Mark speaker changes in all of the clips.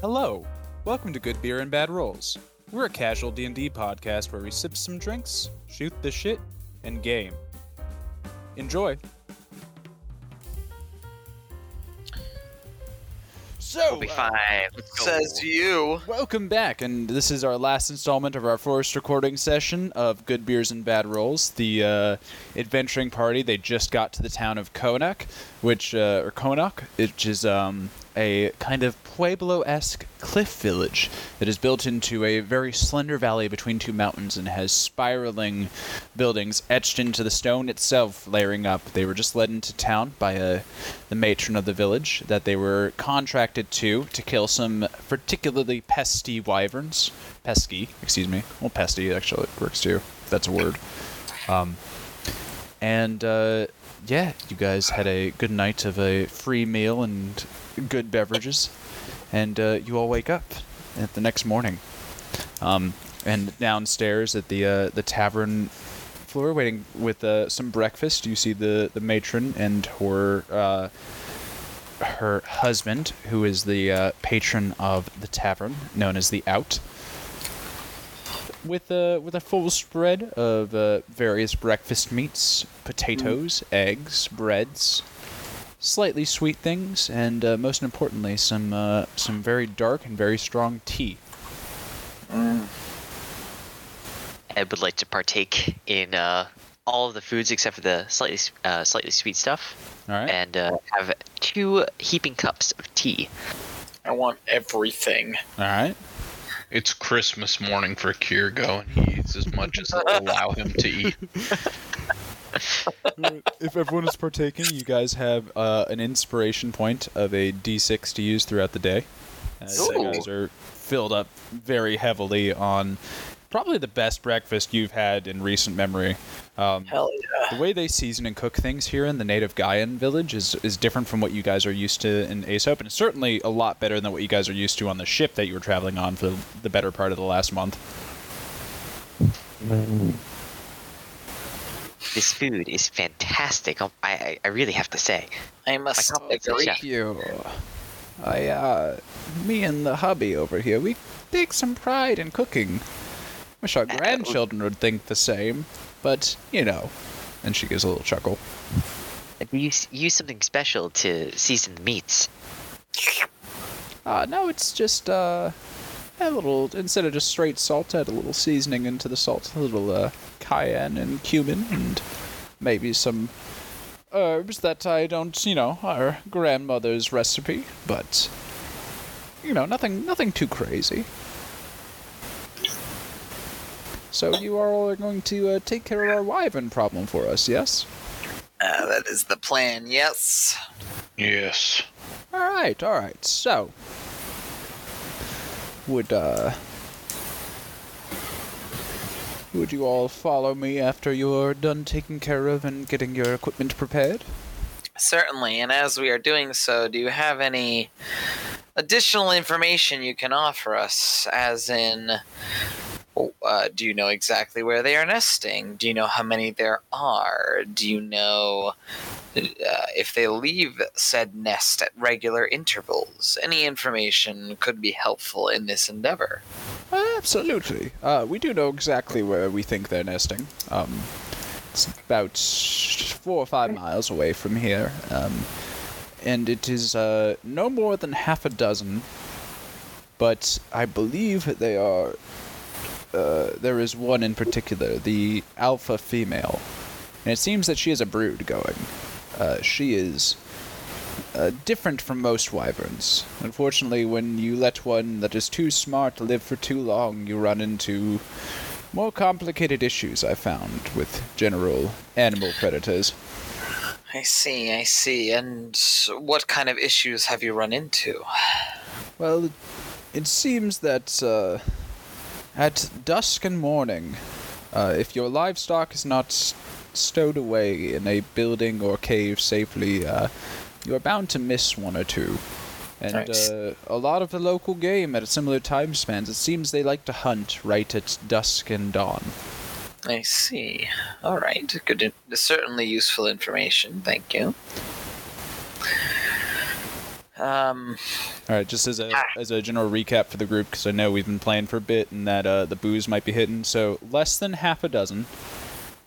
Speaker 1: Hello, welcome to Good Beer and Bad Rolls. We're a casual D&D podcast where we sip some drinks, shoot the shit, and game. Enjoy.
Speaker 2: So,
Speaker 3: We'll be
Speaker 2: uh,
Speaker 3: fine. Let's go.
Speaker 2: says you.
Speaker 1: Welcome back, and this is our last installment of our first recording session of Good Beers and Bad Rolls. The uh, adventuring party they just got to the town of Konak, which uh, or Konak, which is um, a kind of pueblo-esque cliff village that is built into a very slender valley between two mountains and has spiraling buildings etched into the stone itself, layering up. They were just led into town by a, the matron of the village that they were contracted to to kill some particularly pesky wyverns. Pesky, excuse me. Well, pesky actually works too. if That's a word. Um, and uh, yeah, you guys had a good night of a free meal and good beverages, and uh, you all wake up at the next morning. Um, and downstairs at the uh, the tavern floor, waiting with uh, some breakfast, you see the the matron and her uh, her husband, who is the uh, patron of the tavern, known as the Out. With a with a full spread of uh, various breakfast meats, potatoes, eggs, breads, slightly sweet things, and uh, most importantly, some uh, some very dark and very strong tea.
Speaker 3: I would like to partake in uh, all of the foods except for the slightly s- uh, slightly sweet stuff,
Speaker 1: All right.
Speaker 3: and uh, have two heaping cups of tea.
Speaker 2: I want everything.
Speaker 1: All right.
Speaker 4: It's Christmas morning for Kirgo, and he eats as much as they'll allow him to eat.
Speaker 1: if everyone is partaking, you guys have uh, an inspiration point of a d6 to use throughout the day. As you
Speaker 3: Ooh.
Speaker 1: guys are filled up very heavily on probably the best breakfast you've had in recent memory. Um,
Speaker 2: Hell yeah.
Speaker 1: the way they season and cook things here in the native Gaian village is, is different from what you guys are used to in Aesop, and it's certainly a lot better than what you guys are used to on the ship that you were traveling on for the better part of the last month.
Speaker 3: This food is fantastic. um, I I, I really have to say.
Speaker 2: I must
Speaker 3: My compliments,
Speaker 2: agree.
Speaker 3: chef.
Speaker 1: you. I, uh, me and the hubby over here, we take some pride in cooking. Wish our grandchildren would think the same, but, you know. And she gives a little chuckle.
Speaker 3: Do you s- use something special to season the meats?
Speaker 1: Uh, no, it's just, uh, a little, instead of just straight salt, add a little seasoning into the salt, a little, uh, cayenne and cumin, and maybe some herbs that I don't, you know, our grandmother's recipe, but, you know, nothing, nothing too crazy. So you are all going to uh, take care of our wyvern problem for us, yes?
Speaker 2: Uh, that is the plan, yes.
Speaker 4: Yes.
Speaker 1: All right, all right. So, would uh, would you all follow me after you're done taking care of and getting your equipment prepared?
Speaker 2: Certainly, and as we are doing so, do you have any additional information you can offer us? As in, oh, uh, do you know exactly where they are nesting? Do you know how many there are? Do you know uh, if they leave said nest at regular intervals? Any information could be helpful in this endeavor.
Speaker 1: Absolutely. Uh, we do know exactly where we think they're nesting. Um, it's about four or five miles away from here, um, and it is uh, no more than half a dozen. But I believe they are. Uh, there is one in particular, the alpha female, and it seems that she has a brood going. Uh, she is uh, different from most wyverns. Unfortunately, when you let one that is too smart live for too long, you run into more complicated issues, I found, with general animal predators.
Speaker 2: I see, I see. And what kind of issues have you run into?
Speaker 1: Well, it seems that uh, at dusk and morning, uh, if your livestock is not s- stowed away in a building or cave safely, uh, you're bound to miss one or two. And
Speaker 2: Nice.
Speaker 1: uh, a lot of the local game at similar time spans, it seems they like to hunt right at dusk and dawn.
Speaker 2: I see. All right. Good. in- Certainly useful information. Thank you. Um,
Speaker 1: All right, just as a as a general recap for the group, because I know we've been playing for a bit and that uh, the booze might be hitting. So less than half a dozen.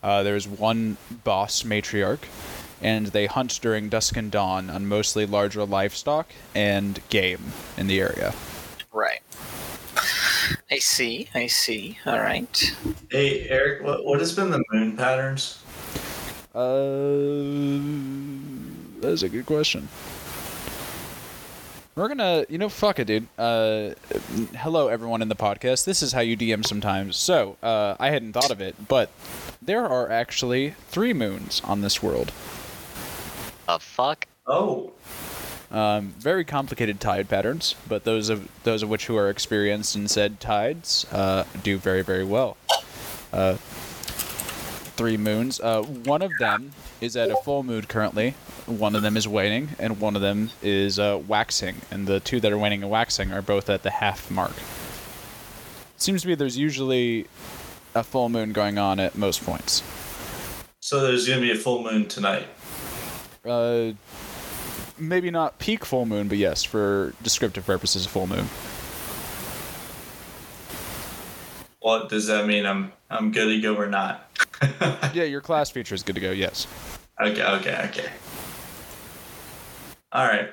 Speaker 1: Uh, there's one boss matriarch, and they hunt during dusk and dawn on mostly larger livestock and game in the area.
Speaker 2: Right. I see. I see. All right.
Speaker 5: Hey, Eric, what, what has been the moon patterns?
Speaker 1: Uh, that's a good question. We're gonna, you know, fuck it, dude. Uh, hello, everyone in the podcast. This is how you DM sometimes. So, uh, I hadn't thought of it, but there are actually three moons on this world.
Speaker 3: The fuck?
Speaker 5: Oh,
Speaker 1: Um, very complicated tide patterns, but those of those of which who are experienced in said tides uh, do very very well. Uh, three moons. Uh, one of them is at a full moon currently. One of them is waning, and one of them is uh, waxing. And the two that are waning and waxing are both at the half mark. Seems to be there's usually a full moon going on at most points.
Speaker 5: so there's going to be a full moon tonight.
Speaker 1: Uh, maybe not peak full moon, but yes, for descriptive purposes, a full moon.
Speaker 5: What does that mean? I'm I'm good to go or not? okay,
Speaker 1: Yeah, your class feature is good to go. Yes.
Speaker 5: okay, okay. All right.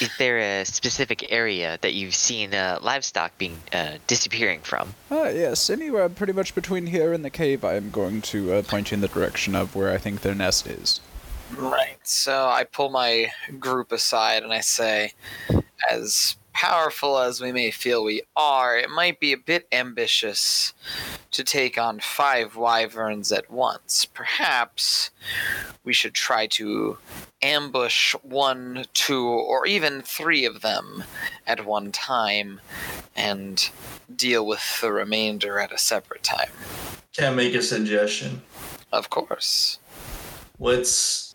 Speaker 3: Is there a specific area that you've seen uh, livestock being uh, disappearing from?
Speaker 1: Ah, yes. Anywhere pretty much between here and the cave, I am going to uh, point you in the direction of where I think their nest is.
Speaker 2: Right. So I pull my group aside and I say, as powerful as we may feel we are, it might be a bit ambitious to take on five wyverns at once. Perhaps we should try to ambush one, two, or even three of them at one time and deal with the remainder at a separate time.
Speaker 5: Can I make a suggestion?
Speaker 2: Of course.
Speaker 5: Let's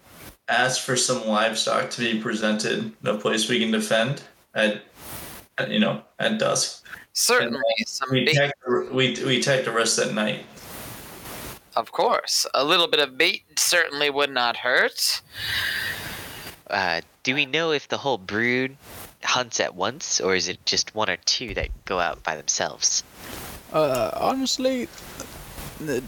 Speaker 5: ask for some livestock to be presented, a place we can defend at, at you know, at dusk.
Speaker 2: Certainly, some
Speaker 5: We
Speaker 2: big
Speaker 5: attack, the- we, we attack the rest at night.
Speaker 2: Of course. A little bit of bait certainly would not hurt.
Speaker 3: Uh, do we know if the whole brood hunts at once, or is it just one or two that go out by themselves?
Speaker 1: Uh, honestly, the,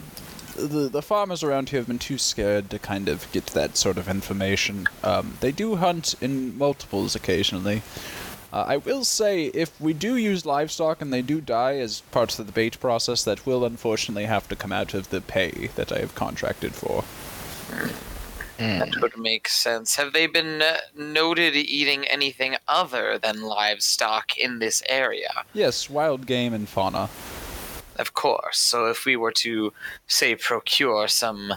Speaker 1: the the farmers around here have been too scared to kind of get that sort of information. Um, they do hunt in multiples occasionally. Uh, I will say, if we do use livestock and they do die as parts of the bait process, that will unfortunately have to come out of the pay that I have contracted for.
Speaker 2: That would make sense. Have they been uh, noted eating anything other than livestock in this area?
Speaker 1: Yes, wild game and fauna.
Speaker 2: Of course. So if we were to, say, procure some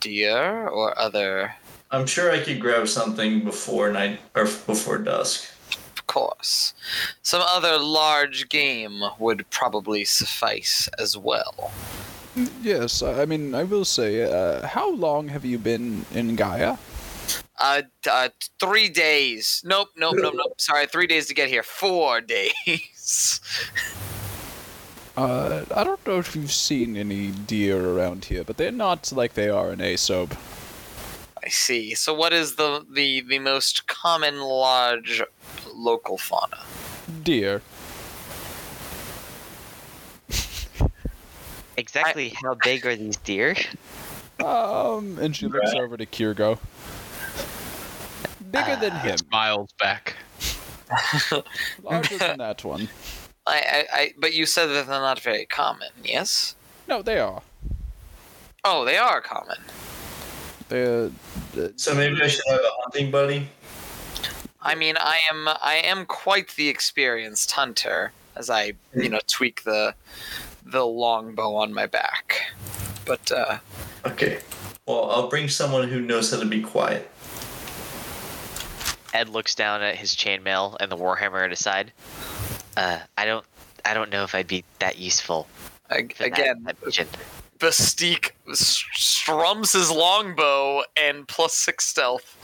Speaker 2: deer or other.
Speaker 5: I'm sure I could grab something before night or before dusk.
Speaker 2: Of course. Some other large game would probably suffice as well.
Speaker 1: Yes, I I mean, I will say, uh, how long have you been in Gaia?
Speaker 2: Uh, t- uh, t- three days. Nope, nope, nope, nope. Sorry, three days to get here. Four days.
Speaker 1: Uh, I don't know if you've seen any deer around here, but they're not like they are in Aesop.
Speaker 2: I see. So, what is the the the most common large local fauna?
Speaker 1: Deer.
Speaker 3: Exactly how big are these deer?
Speaker 1: Um, and she looks over to Kirgo. Bigger than him,
Speaker 4: Miles back.
Speaker 1: larger than that one.
Speaker 2: I, I, I but you said that they're not very common. Yes.
Speaker 1: No, they are.
Speaker 2: Oh, they are common.
Speaker 1: They're. uh,
Speaker 5: So maybe I should have a hunting buddy.
Speaker 2: I mean, I am I am quite the experienced hunter as I you know tweak the the longbow on my back. But uh,
Speaker 5: Okay. Well, I'll bring someone who knows how to be quiet.
Speaker 3: Ed looks down at his chainmail and the warhammer at his side. Uh, I don't, I don't know if I'd be that useful.
Speaker 2: ag-
Speaker 3: for that
Speaker 2: again,
Speaker 3: type of mission.
Speaker 2: Bastique s- strums his longbow and plus six stealth.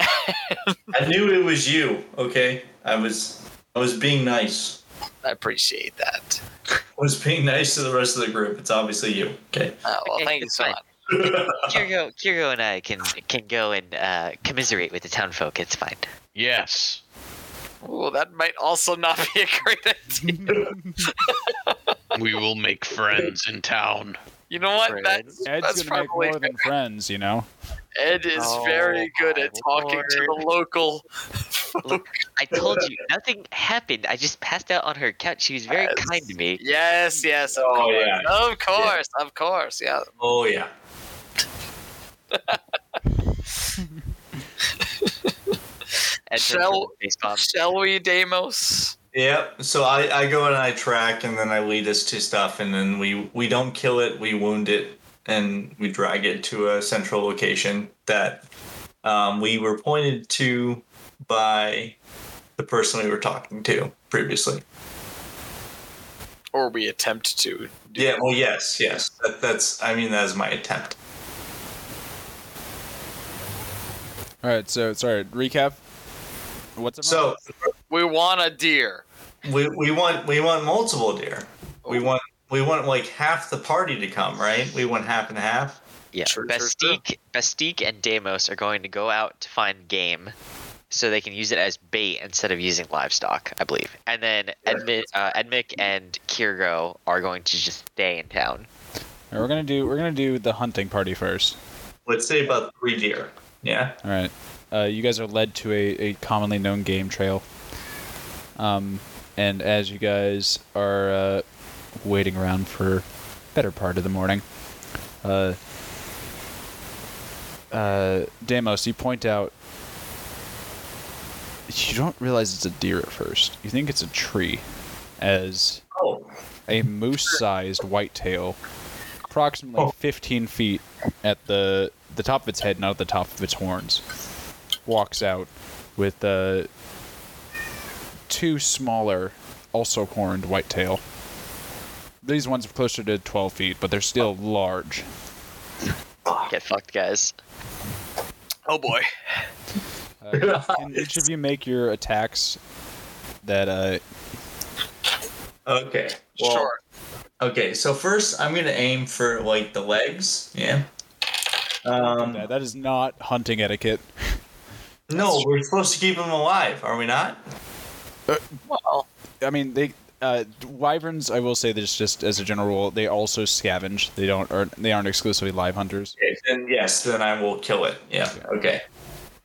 Speaker 5: I knew it was you. Okay. I was I was being nice.
Speaker 2: I appreciate that.
Speaker 5: I was being nice to the rest of the group. It's obviously you. Okay.
Speaker 2: Oh, well,
Speaker 3: Okay,
Speaker 2: thank you
Speaker 3: it's
Speaker 2: so
Speaker 3: fine.
Speaker 2: much.
Speaker 3: Kirgo, Kirgo and I can can go and uh, commiserate with the town folk. It's fine.
Speaker 4: Yes.
Speaker 2: Ooh, that might also not be a great idea.
Speaker 4: We will make friends in town.
Speaker 2: You know what?
Speaker 3: Fred.
Speaker 2: That's, that's
Speaker 1: Ed's gonna make
Speaker 2: probably
Speaker 1: more than friends, you know.
Speaker 2: Ed is
Speaker 3: Oh,
Speaker 2: very good at
Speaker 3: my
Speaker 2: talking to the local.
Speaker 3: I told you nothing happened. I just passed out on her couch. She was very
Speaker 2: Yes.
Speaker 3: kind to me.
Speaker 2: Yes, yes. Of
Speaker 5: Oh,
Speaker 2: course.
Speaker 5: yeah.
Speaker 2: Of course, of course. Yeah.
Speaker 5: oh yeah.
Speaker 3: And her
Speaker 2: Shall-
Speaker 3: face bomb.
Speaker 2: Shall we, Deimos?
Speaker 5: Yep. So I, I go and I track, and then I lead us to stuff, and then we we don't kill it, we wound it, and we drag it to a central location that um, we were pointed to by the person we were talking to previously.
Speaker 2: Or we attempt to.
Speaker 5: Yeah. Well, yes, yes. That, that's. I mean, that is my attempt.
Speaker 1: All right, so sorry. Recap. What's up?
Speaker 5: So
Speaker 2: We want a deer.
Speaker 5: we we want we want multiple deer. We want we want like half the party to come, right? We want half and half.
Speaker 3: Yeah,
Speaker 2: True, true, true.
Speaker 3: Bastique, Bastique, and Deimos are going to go out to find game, so they can use it as bait instead of using livestock, I believe. And then Edmi, uh, Edmic and Kirgo are going to just stay in town.
Speaker 1: All right, we're gonna do we're gonna do the hunting party first.
Speaker 5: Let's say about three deer. Yeah.
Speaker 1: All right. Uh, you guys are led to a, a commonly known game trail. Um, and as you guys are uh, waiting around for better part of the morning, uh, uh, Damos, you point out. You don't realize it's a deer at first. You think it's a tree, as
Speaker 5: Oh.
Speaker 1: a moose-sized whitetail, approximately 15 feet at the the top of its head, not at the top of its horns, walks out with uh, two smaller, also horned whitetail. These ones are closer to 12 feet, but they're still large.
Speaker 3: Get fucked, guys.
Speaker 2: Oh boy.
Speaker 1: Uh, can each of you make your attacks? That uh,
Speaker 5: Okay. Well,
Speaker 2: sure.
Speaker 5: Okay. So first, I'm gonna aim for like the legs. Yeah. Um,
Speaker 1: that- that is not hunting etiquette.
Speaker 5: no, we're supposed to keep them alive, are we not?
Speaker 2: Well,
Speaker 1: I mean, they uh, wyverns. I will say this just as a general rule. They also scavenge. They don't. Are, they aren't exclusively live hunters.
Speaker 5: Okay, then yes, then I will kill it. Yeah. Okay.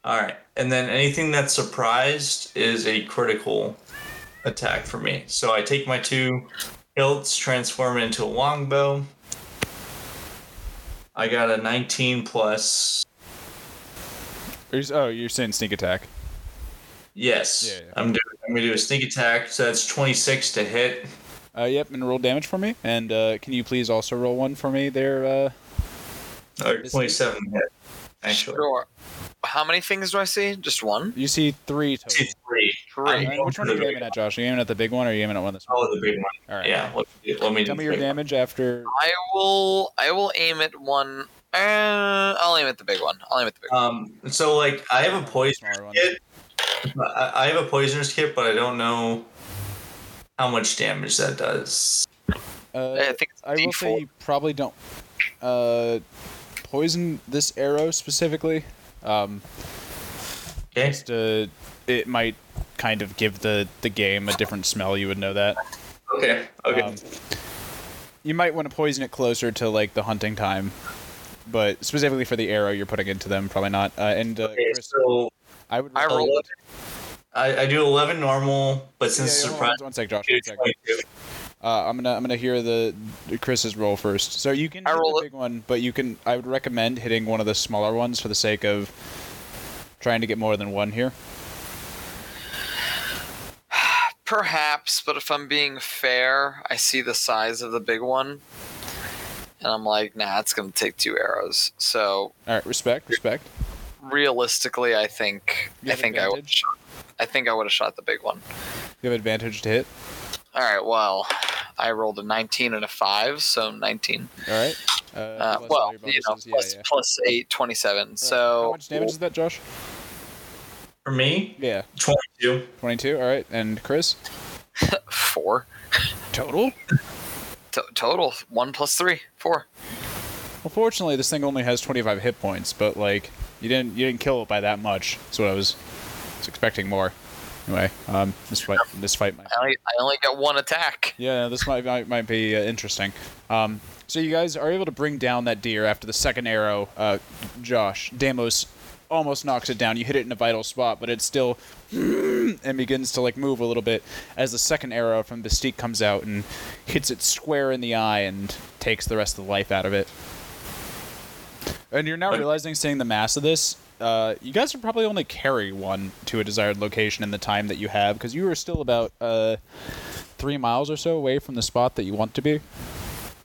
Speaker 5: All right. And then anything that's surprised is a critical attack for me. So I take my two hilts, transform it into a longbow. I got a 19 plus.
Speaker 1: Or you s- oh, you're saying sneak attack.
Speaker 5: Yes.
Speaker 1: Yeah, yeah.
Speaker 5: I'm doing. I'm gonna do a sneak attack. So that's 26 to hit.
Speaker 1: Uh, yep, and roll damage for me. And uh, can you please also roll one for me there? Uh,
Speaker 5: Or
Speaker 1: This-
Speaker 5: 27 to hit. Actually.
Speaker 2: sure. How many things do I see? Just one.
Speaker 1: you see three total.
Speaker 5: Three.
Speaker 2: Three.
Speaker 1: Uh, which one are you aiming at, Josh? Are you aiming at the big one or are you aiming at one that's
Speaker 5: Oh, the big one.
Speaker 1: All right.
Speaker 5: Yeah. Let, let me.
Speaker 1: Tell
Speaker 5: do
Speaker 1: me
Speaker 5: the
Speaker 1: your
Speaker 5: big one.
Speaker 1: damage after.
Speaker 2: I will. I will aim at one. Uh, I'll aim at the big one. I'll aim at the big one.
Speaker 5: Um. So like, I have a poison.
Speaker 1: Smaller one.
Speaker 5: It- I I have a poisoner's kit, but I don't know how much damage that does.
Speaker 1: Uh,
Speaker 2: I think it's
Speaker 1: I will say
Speaker 2: D4.
Speaker 1: you probably don't uh, poison this arrow specifically. Um,
Speaker 5: Okay.
Speaker 1: just uh, it might kind of give the the game a different smell. You would know that.
Speaker 5: Okay. Okay.
Speaker 1: Um, you might want to poison it closer to like the hunting time, but specifically for the arrow you're putting into them, probably not. Uh, and uh,
Speaker 5: okay.
Speaker 1: Chris,
Speaker 5: So
Speaker 1: I would.
Speaker 2: I rolled.
Speaker 5: I, I do eleven normal, but
Speaker 1: Yeah, yeah,
Speaker 5: since
Speaker 1: hold on,
Speaker 5: surprise,
Speaker 1: one sec, Josh.
Speaker 5: I do
Speaker 1: One sec.
Speaker 5: 22.
Speaker 1: Uh, I'm gonna I'm gonna hear the Chris's roll first. So you can
Speaker 2: I
Speaker 1: hit
Speaker 2: roll
Speaker 1: the
Speaker 2: it.
Speaker 1: big one, but you can. I would recommend hitting one of the smaller ones for the sake of trying to get more than one here.
Speaker 2: Perhaps, but if I'm being fair, I see the size of the big one. And I'm like, nah, it's going to take two arrows. So
Speaker 1: All right, respect, respect.
Speaker 2: realistically, I think
Speaker 1: You
Speaker 2: I
Speaker 1: have
Speaker 2: think I would
Speaker 1: advantage?
Speaker 2: shot, I think I would have shot the big one.
Speaker 1: You have advantage to hit.
Speaker 2: All right, well, I rolled a 19 and a 5, so 19.
Speaker 1: All right. Uh,
Speaker 2: Uh,
Speaker 1: plus all
Speaker 2: well,
Speaker 1: your
Speaker 2: you know,
Speaker 1: bonuses.
Speaker 2: plus- plus 8, 27. So
Speaker 1: how much damage is that, Josh?
Speaker 5: for me,
Speaker 1: Yeah,
Speaker 5: twenty-two.
Speaker 1: twenty-two. All right, and Chris,
Speaker 2: 4
Speaker 1: total.
Speaker 2: to- total 1 plus 3, 4.
Speaker 1: Well, fortunately, this thing only has 25 hit points, but like you didn't you didn't kill it by that much. That's what I was, was expecting more. Anyway, um, this fight this fight might
Speaker 2: I only, I only got one attack.
Speaker 1: yeah this might might, might be uh, interesting. Um, so you guys are able to bring down that deer after the second arrow. Uh, Josh Damos almost knocks it down. You hit it in a vital spot, but it's still and begins to like move a little bit as the second arrow from Bastique comes out and hits it square in the eye and takes the rest of the life out of it. And you're now
Speaker 5: But-
Speaker 1: realizing, seeing the mass of this, uh, you guys would probably only carry one to a desired location in the time that you have, because you are still about uh, three miles or so away from the spot that you want to be.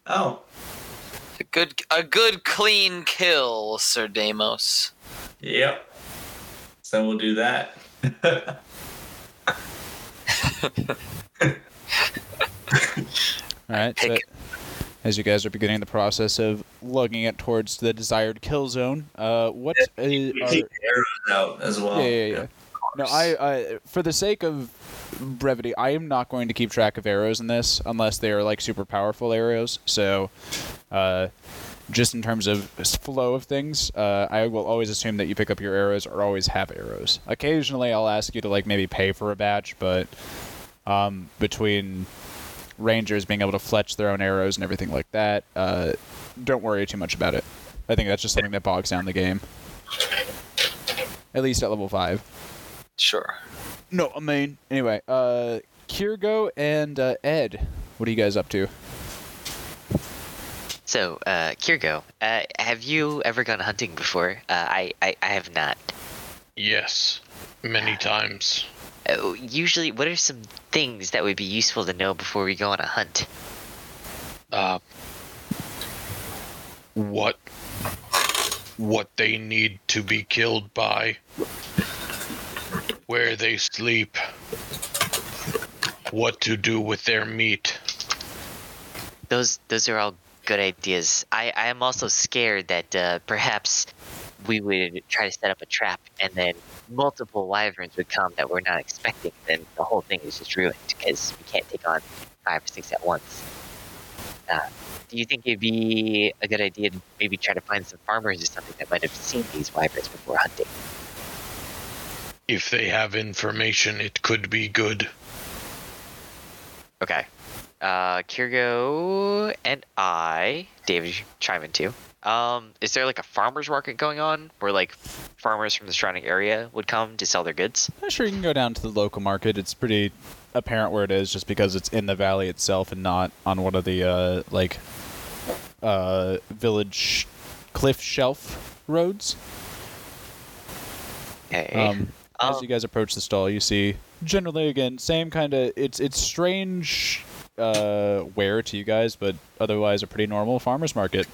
Speaker 5: Oh,
Speaker 2: A good, a good clean kill, Sir Damos.
Speaker 5: yep. So we'll do that.
Speaker 1: All right. So
Speaker 2: Pick.
Speaker 1: as you guys are beginning the process of lugging it towards the desired kill zone, uh, what is,
Speaker 5: We
Speaker 1: are,
Speaker 5: keep arrows out as well.
Speaker 1: yeah, yeah, yeah. No, I, I, for the sake of brevity, I am not going to keep track of arrows in this unless they are like super powerful arrows. So, uh, just in terms of s- flow of things, uh, I will always assume that you pick up your arrows or always have arrows. Occasionally, I'll ask you to like maybe pay for a batch, but um, between rangers being able to fletch their own arrows and everything like that, uh, don't worry too much about it. I think that's just something that bogs down the game. At least at level five.
Speaker 2: Sure.
Speaker 1: No, I mean. Anyway, uh, Kirgo and uh, Ed, what are you guys up to?
Speaker 3: So, uh, Kirgo, uh, have you ever gone hunting before? Uh, I, I, I have not.
Speaker 4: Yes, many times.
Speaker 3: Uh, usually, what are some things that would be useful to know before we go on a hunt?
Speaker 4: Uh, what what they need to be killed by, where they sleep, what to do with their meat.
Speaker 3: Those, those are all good ideas. I, I am also scared that uh, perhaps we would try to set up a trap, and then multiple wyverns would come that we're not expecting, and the whole thing is just ruined because we can't take on five or six at once. Uh, do you think it'd be a good idea to maybe try to find some farmers or something that might have seen these wyverns before hunting?
Speaker 4: If they have information, it could be good.
Speaker 3: Okay. Uh, Kirgo and I, David, you chime in too. Um, is there like a farmers market going on where like farmers from the surrounding area would come to sell their goods?
Speaker 1: I'm sure you can go down to the local market. It's pretty apparent where it is, just because it's in the valley itself and not on one of the uh, like uh, village cliff shelf roads.
Speaker 3: Okay.
Speaker 1: Um, as
Speaker 3: Um,
Speaker 1: you guys approach the stall, you see generally again same kind of it's it's strange uh, wear to you guys, but otherwise a pretty normal farmers market.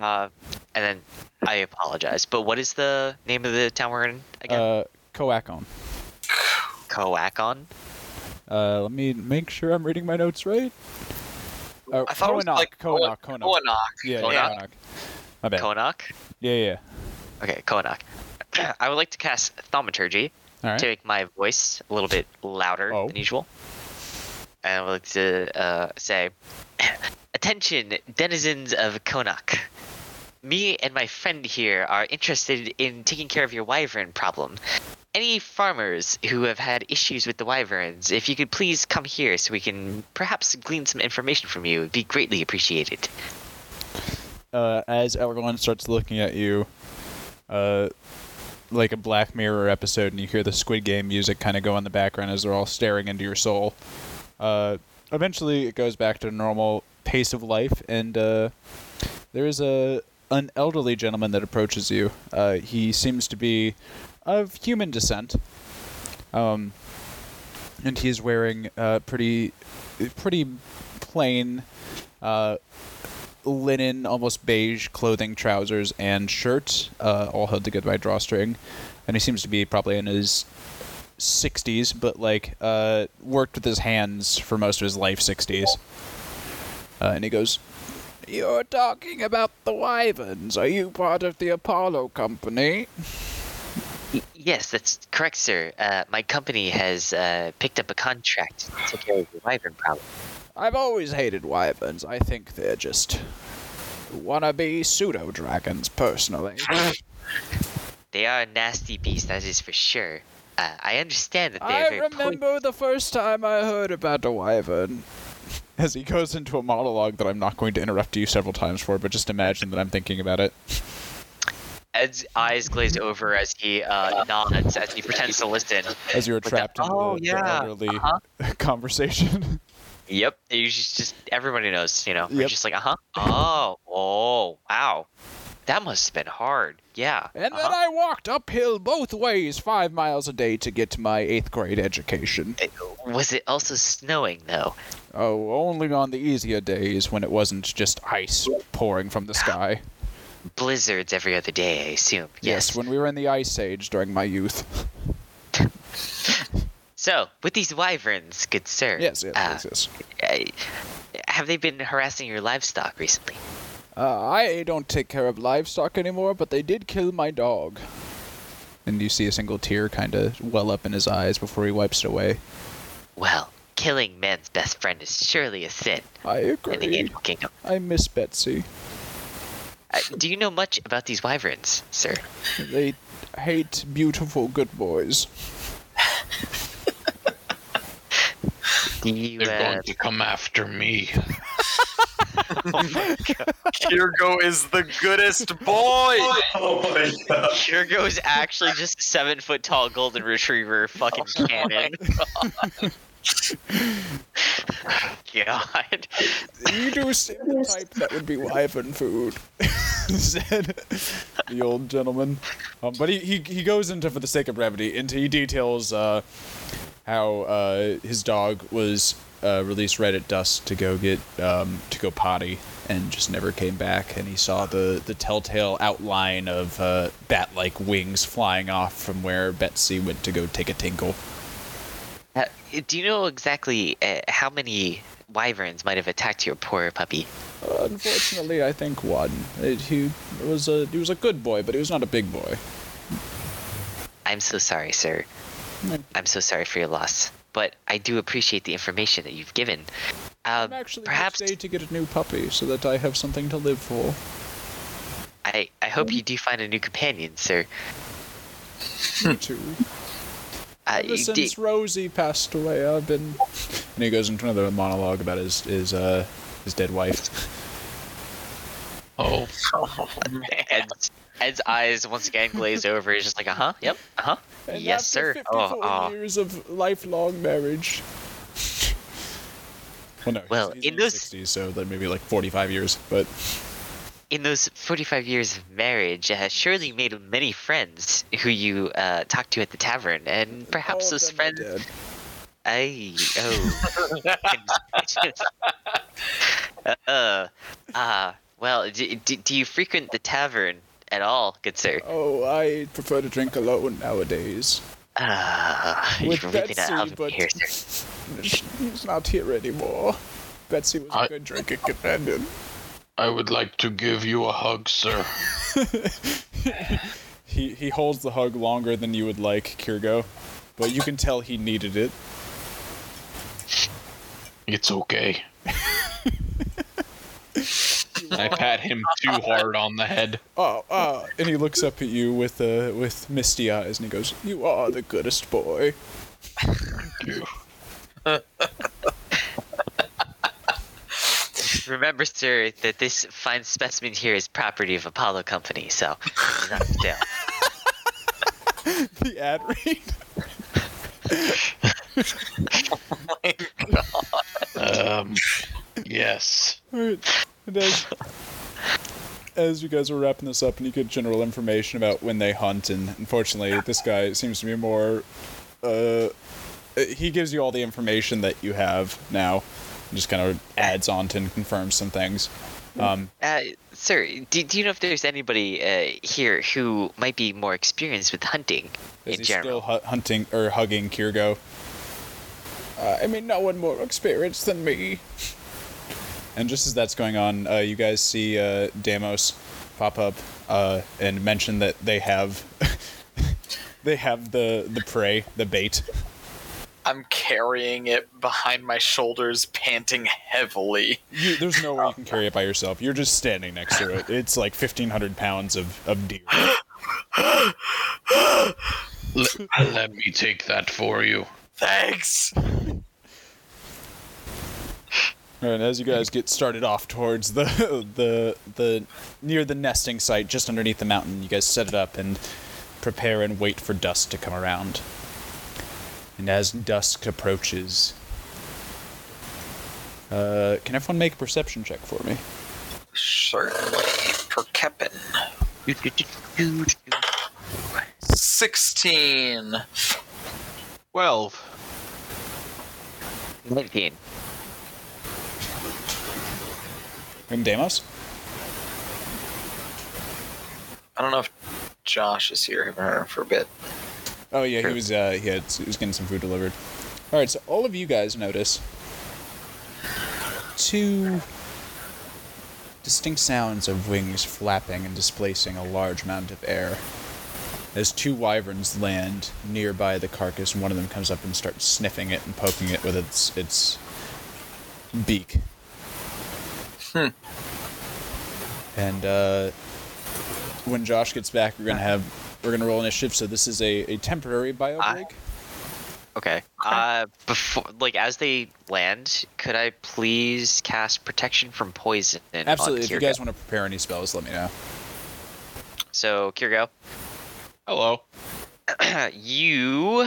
Speaker 3: uh, and then I apologize, but what is the name of the town we're in again?
Speaker 1: Uh, Coacon.
Speaker 3: Coacon.
Speaker 1: Uh, let me make sure I'm reading my notes right. Uh,
Speaker 2: I thought it was
Speaker 1: Konak,
Speaker 2: like Oh,
Speaker 1: Konak,
Speaker 2: Konak.
Speaker 1: Konak.
Speaker 2: Konak.
Speaker 1: Yeah,
Speaker 2: Konak.
Speaker 1: yeah, Konak. My bad.
Speaker 3: Konak.
Speaker 1: Yeah, yeah.
Speaker 3: Okay, Konak. I would like to cast Thaumaturgy.
Speaker 1: All right.
Speaker 3: to make my voice a little bit louder
Speaker 1: Oh.
Speaker 3: than usual. And I would like to uh, say, Attention, denizens of Konak. Me and my friend here are interested in taking care of your wyvern problem. Any farmers who have had issues with the wyverns, if you could please come here so we can perhaps glean some information from you, it would be greatly appreciated.
Speaker 1: uh, as everyone starts looking at you, uh, like a Black Mirror episode, and you hear the Squid Game music kind of go in the background as they're all staring into your soul. Uh, eventually, it goes back to normal pace of life, and uh, there is a an elderly gentleman that approaches you. Uh, he seems to be of human descent, um, and he is wearing uh, pretty pretty plain. Uh, linen, almost beige clothing, trousers, and shirt, uh, all held together by drawstring. And he seems to be probably in his 60s, but like uh, worked with his hands for most of his life, 60s. Uh, and he goes, "You're talking about the Wyverns. Are you part of the Apollo Company?"
Speaker 3: Y- Yes, that's correct, sir. Uh, my company has uh, picked up a contract to take care of your wyvern problem.
Speaker 1: I've always hated Wyverns. I think they're just wanna be pseudo dragons personally.
Speaker 3: They are a nasty beast, that is for sure. Uh, I understand that they are
Speaker 1: I
Speaker 3: very
Speaker 1: remember the first time I heard about a wyvern. As he goes into a monologue that I'm not going to interrupt you several times for, but just imagine that I'm thinking about it.
Speaker 3: Ed's eyes glaze over as he uh, nods as he pretends to listen.
Speaker 1: As you're
Speaker 3: Like that,
Speaker 1: trapped in
Speaker 3: "Oh,
Speaker 1: the, the
Speaker 3: yeah, Uh-huh.
Speaker 1: elderly conversation.
Speaker 3: Yep. You just, just everybody knows, you know. You're
Speaker 1: Yep.
Speaker 3: just like, uh huh. Oh, oh, wow. That must have been hard. Yeah.
Speaker 1: And then
Speaker 3: uh-huh.
Speaker 1: I walked uphill both ways five miles a day to get to my eighth grade education.
Speaker 3: Eh, Was it also snowing though?
Speaker 1: Oh, only on the easier days when it wasn't just ice pouring from the sky.
Speaker 3: Blizzards every other day, I assume.
Speaker 1: Yes, when we were in the ice age during my youth.
Speaker 3: So, with these wyverns, good sir.
Speaker 1: Yes, yes,
Speaker 3: uh,
Speaker 1: yes, yes.
Speaker 3: uh, have they been harassing your livestock recently?
Speaker 1: Uh, I don't take care of livestock anymore, but they did kill my dog. And you see a single tear kind of well up in his eyes before he wipes it away.
Speaker 3: Well, killing man's best friend is surely a sin
Speaker 1: I
Speaker 3: in the
Speaker 1: agree.
Speaker 3: animal kingdom.
Speaker 1: I miss Betsy.
Speaker 3: Uh, do you know much about these wyverns, sir?
Speaker 1: They hate beautiful good boys.
Speaker 3: Do you,
Speaker 4: They're
Speaker 3: uh,
Speaker 4: going to come after me.
Speaker 2: Kirgo is the goodest boy.
Speaker 5: Oh my god.
Speaker 3: Kirgo's actually just a seven foot tall golden retriever fucking cannon. God.
Speaker 1: You do seem the type that would be wyvern food, said the old gentleman. Um, but he, he, he goes into, for the sake of brevity, into he details uh, how uh, his dog was uh, released right at dusk to go get um, to go potty and just never came back. And he saw the, the telltale outline of uh, bat-like wings flying off from where Betsy went to go take a tinkle.
Speaker 3: Uh, do you know exactly uh, how many wyverns might have attacked your poor puppy?
Speaker 1: Unfortunately, I think one. It, he was a he was a good boy, but he was not a big boy.
Speaker 3: I'm so sorry, sir.
Speaker 1: Mm.
Speaker 3: I'm so sorry for your loss, but I do appreciate the information that you've given. Um,
Speaker 1: I'm actually
Speaker 3: perhaps
Speaker 1: perhaps to get a new puppy so that I have something to live for.
Speaker 3: I, I hope you do find a new companion, sir.
Speaker 1: Me too.
Speaker 3: Uh,
Speaker 1: Ever
Speaker 3: you
Speaker 1: since
Speaker 3: did-
Speaker 1: Rosie passed away, I've been. And he goes into another monologue about his his uh his dead wife.
Speaker 4: Oh,
Speaker 3: Ed's, Ed's eyes once again glaze over. He's just like, uh huh, yep, uh huh.
Speaker 1: And
Speaker 3: Yes,
Speaker 1: after
Speaker 3: sir.
Speaker 1: 54
Speaker 3: Oh, oh.
Speaker 1: years of lifelong marriage. Well, no. he's-
Speaker 3: Well,
Speaker 1: he's
Speaker 3: in
Speaker 1: his
Speaker 3: those-
Speaker 1: 60s, so that maybe like 45 years, but
Speaker 3: In those 45 years of marriage, uh, surely you made many friends who you uh, talked to at the tavern, and perhaps
Speaker 1: all of
Speaker 3: those
Speaker 1: them are
Speaker 3: friends.
Speaker 1: dead.
Speaker 3: Ay, oh. uh, uh, well, do, do, do you frequent the tavern at all, good sir?
Speaker 1: Oh, I prefer to drink alone nowadays.
Speaker 3: Uh, you're
Speaker 1: With
Speaker 3: really not
Speaker 1: Betsy,
Speaker 3: helping
Speaker 1: but
Speaker 3: me here, sir.
Speaker 1: she's not here anymore. Betsy was a
Speaker 3: Uh,
Speaker 4: I-
Speaker 1: good drinking companion.
Speaker 4: I would like to give you a hug, sir.
Speaker 1: He he holds the hug longer than you would like, Kirgo, but you can tell he needed it.
Speaker 4: It's okay. I pat him too hard on the head.
Speaker 1: Oh, ah! And he looks up at you with uh with misty eyes, and he goes, "You are the goodest boy."
Speaker 4: You-
Speaker 3: Remember, sir, that this fine specimen here is property of Apollo Company, so it's not for sale.
Speaker 1: The ad read.
Speaker 4: Um, yes.
Speaker 1: Alright, and as, as you guys were wrapping this up, and you get general information about when they hunt, and unfortunately, this guy seems to be more. Uh, he gives you all the information that you have now, and just kind of adds on to and confirms some things. Um,
Speaker 3: Uh, sir, do, do you know if there's anybody uh, here who might be more experienced with hunting
Speaker 1: Is
Speaker 3: in
Speaker 1: he still
Speaker 3: general?
Speaker 1: hu- hunting or hugging Kirgo? Uh, I mean, no one more experienced than me. And just as that's going on, uh, you guys see uh, Damos pop up uh, and mention that they have they have the the prey, the bait.
Speaker 2: I'm carrying it behind my shoulders, panting heavily.
Speaker 1: You, there's no way you can carry it by yourself. You're just standing next to it. It's like 1,500 pounds of, of deer.
Speaker 4: L- let me take that for you.
Speaker 2: Thanks.
Speaker 1: And as you guys get started off towards the the the near the nesting site, just underneath the mountain, you guys set it up and prepare and wait for dusk to come around. And as dusk approaches, uh, can everyone make a perception check for me?
Speaker 2: Certainly. Perkepin. 16.
Speaker 4: 12.
Speaker 3: 19.
Speaker 1: And Damos,
Speaker 2: I don't know if Josh is here. haven't heard him for a bit.
Speaker 1: Oh yeah, he was uh, he, had, he was getting some food delivered. All right, so all of you guys notice two distinct sounds of wings flapping and displacing a large mound of air. As two wyverns land nearby the carcass, and one of them comes up and starts sniffing it and poking it with its its beak. And uh, when Josh gets back, we're gonna have we're gonna roll initiative. So this is a, a temporary bio
Speaker 3: Ah.
Speaker 1: break.
Speaker 3: Okay. Uh, before, like, as they land, could I please cast protection from poison? on
Speaker 1: Absolutely. If you
Speaker 3: Kirgo?
Speaker 1: guys want to prepare any spells, let me know.
Speaker 3: So, Kirgo,
Speaker 4: Hello.
Speaker 3: you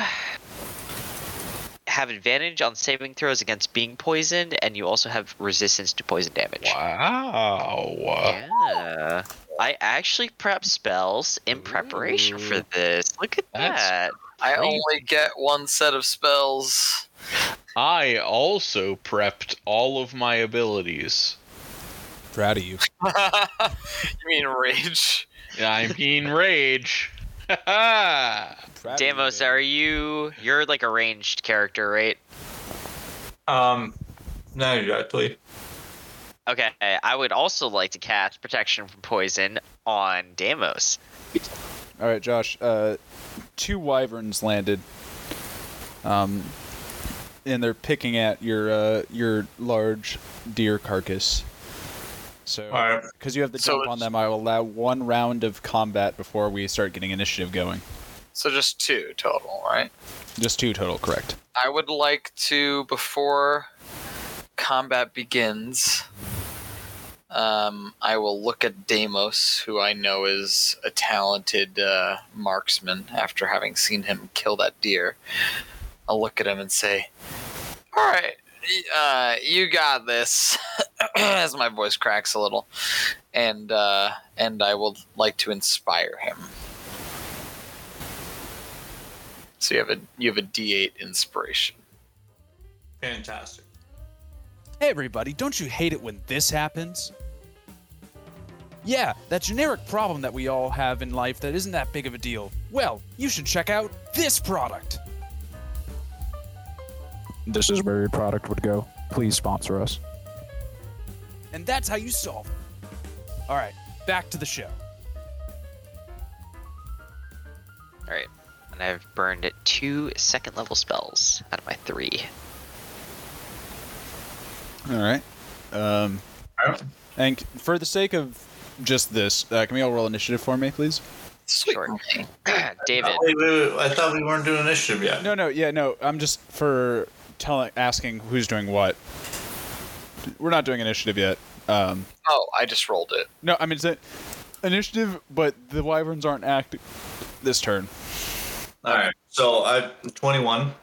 Speaker 3: have advantage on saving throws against being poisoned, and you also have resistance to poison damage.
Speaker 4: Wow.
Speaker 3: Yeah. I actually prep spells in preparation for this. Look at
Speaker 4: That's
Speaker 3: that.
Speaker 2: I
Speaker 3: Crazy.
Speaker 2: only get one set of spells.
Speaker 4: I also prepped all of my abilities.
Speaker 1: Proud of you.
Speaker 2: You mean rage?
Speaker 4: I mean, rage. I
Speaker 1: Proud
Speaker 3: Damos,
Speaker 1: of
Speaker 3: are you you're like a ranged character, right?
Speaker 5: Um, not exactly.
Speaker 3: Okay, I would also like to cast protection from poison on Damos.
Speaker 1: you. All right, Josh. Uh, two wyverns landed. Um, and they're picking at your uh, your large deer carcass. So,
Speaker 5: All right.
Speaker 1: because you have the
Speaker 2: So
Speaker 1: jump on
Speaker 2: it's-
Speaker 1: them, I will allow one round of combat before we start getting initiative going.
Speaker 2: So just two total, right?
Speaker 1: Just two total, correct?
Speaker 2: I would like to, before combat begins, um, I will look at Deimos, who I know is a talented uh, marksman after having seen him kill that deer. I'll look at him and say, All right, y- uh, you got this, as my voice cracks a little. And, uh, and I will like to inspire him. So you have a you have a D8 inspiration.
Speaker 5: Fantastic.
Speaker 1: Hey, everybody, don't you hate it when this happens? Yeah, that generic problem that we all have in life that isn't that big of a deal. Well, you should check out this product.
Speaker 6: This is where your product would go. Please sponsor us.
Speaker 1: And that's how you solve it. All right, back to the show.
Speaker 3: Alright. And I've burned two second level spells out of my three.
Speaker 1: All right. Um,
Speaker 5: Alright.
Speaker 1: and c- for the sake of just this, uh, can we all roll initiative for me, please?
Speaker 3: Sure. David.
Speaker 5: Wait, wait, wait, I thought we weren't doing initiative yet.
Speaker 1: No, no, yeah, no. I'm just for telling, asking who's doing what. We're not doing initiative yet. Um,
Speaker 2: Oh, I just rolled it.
Speaker 1: No, I mean it's a initiative, but the wyverns aren't active this turn.
Speaker 5: All right. So I 21.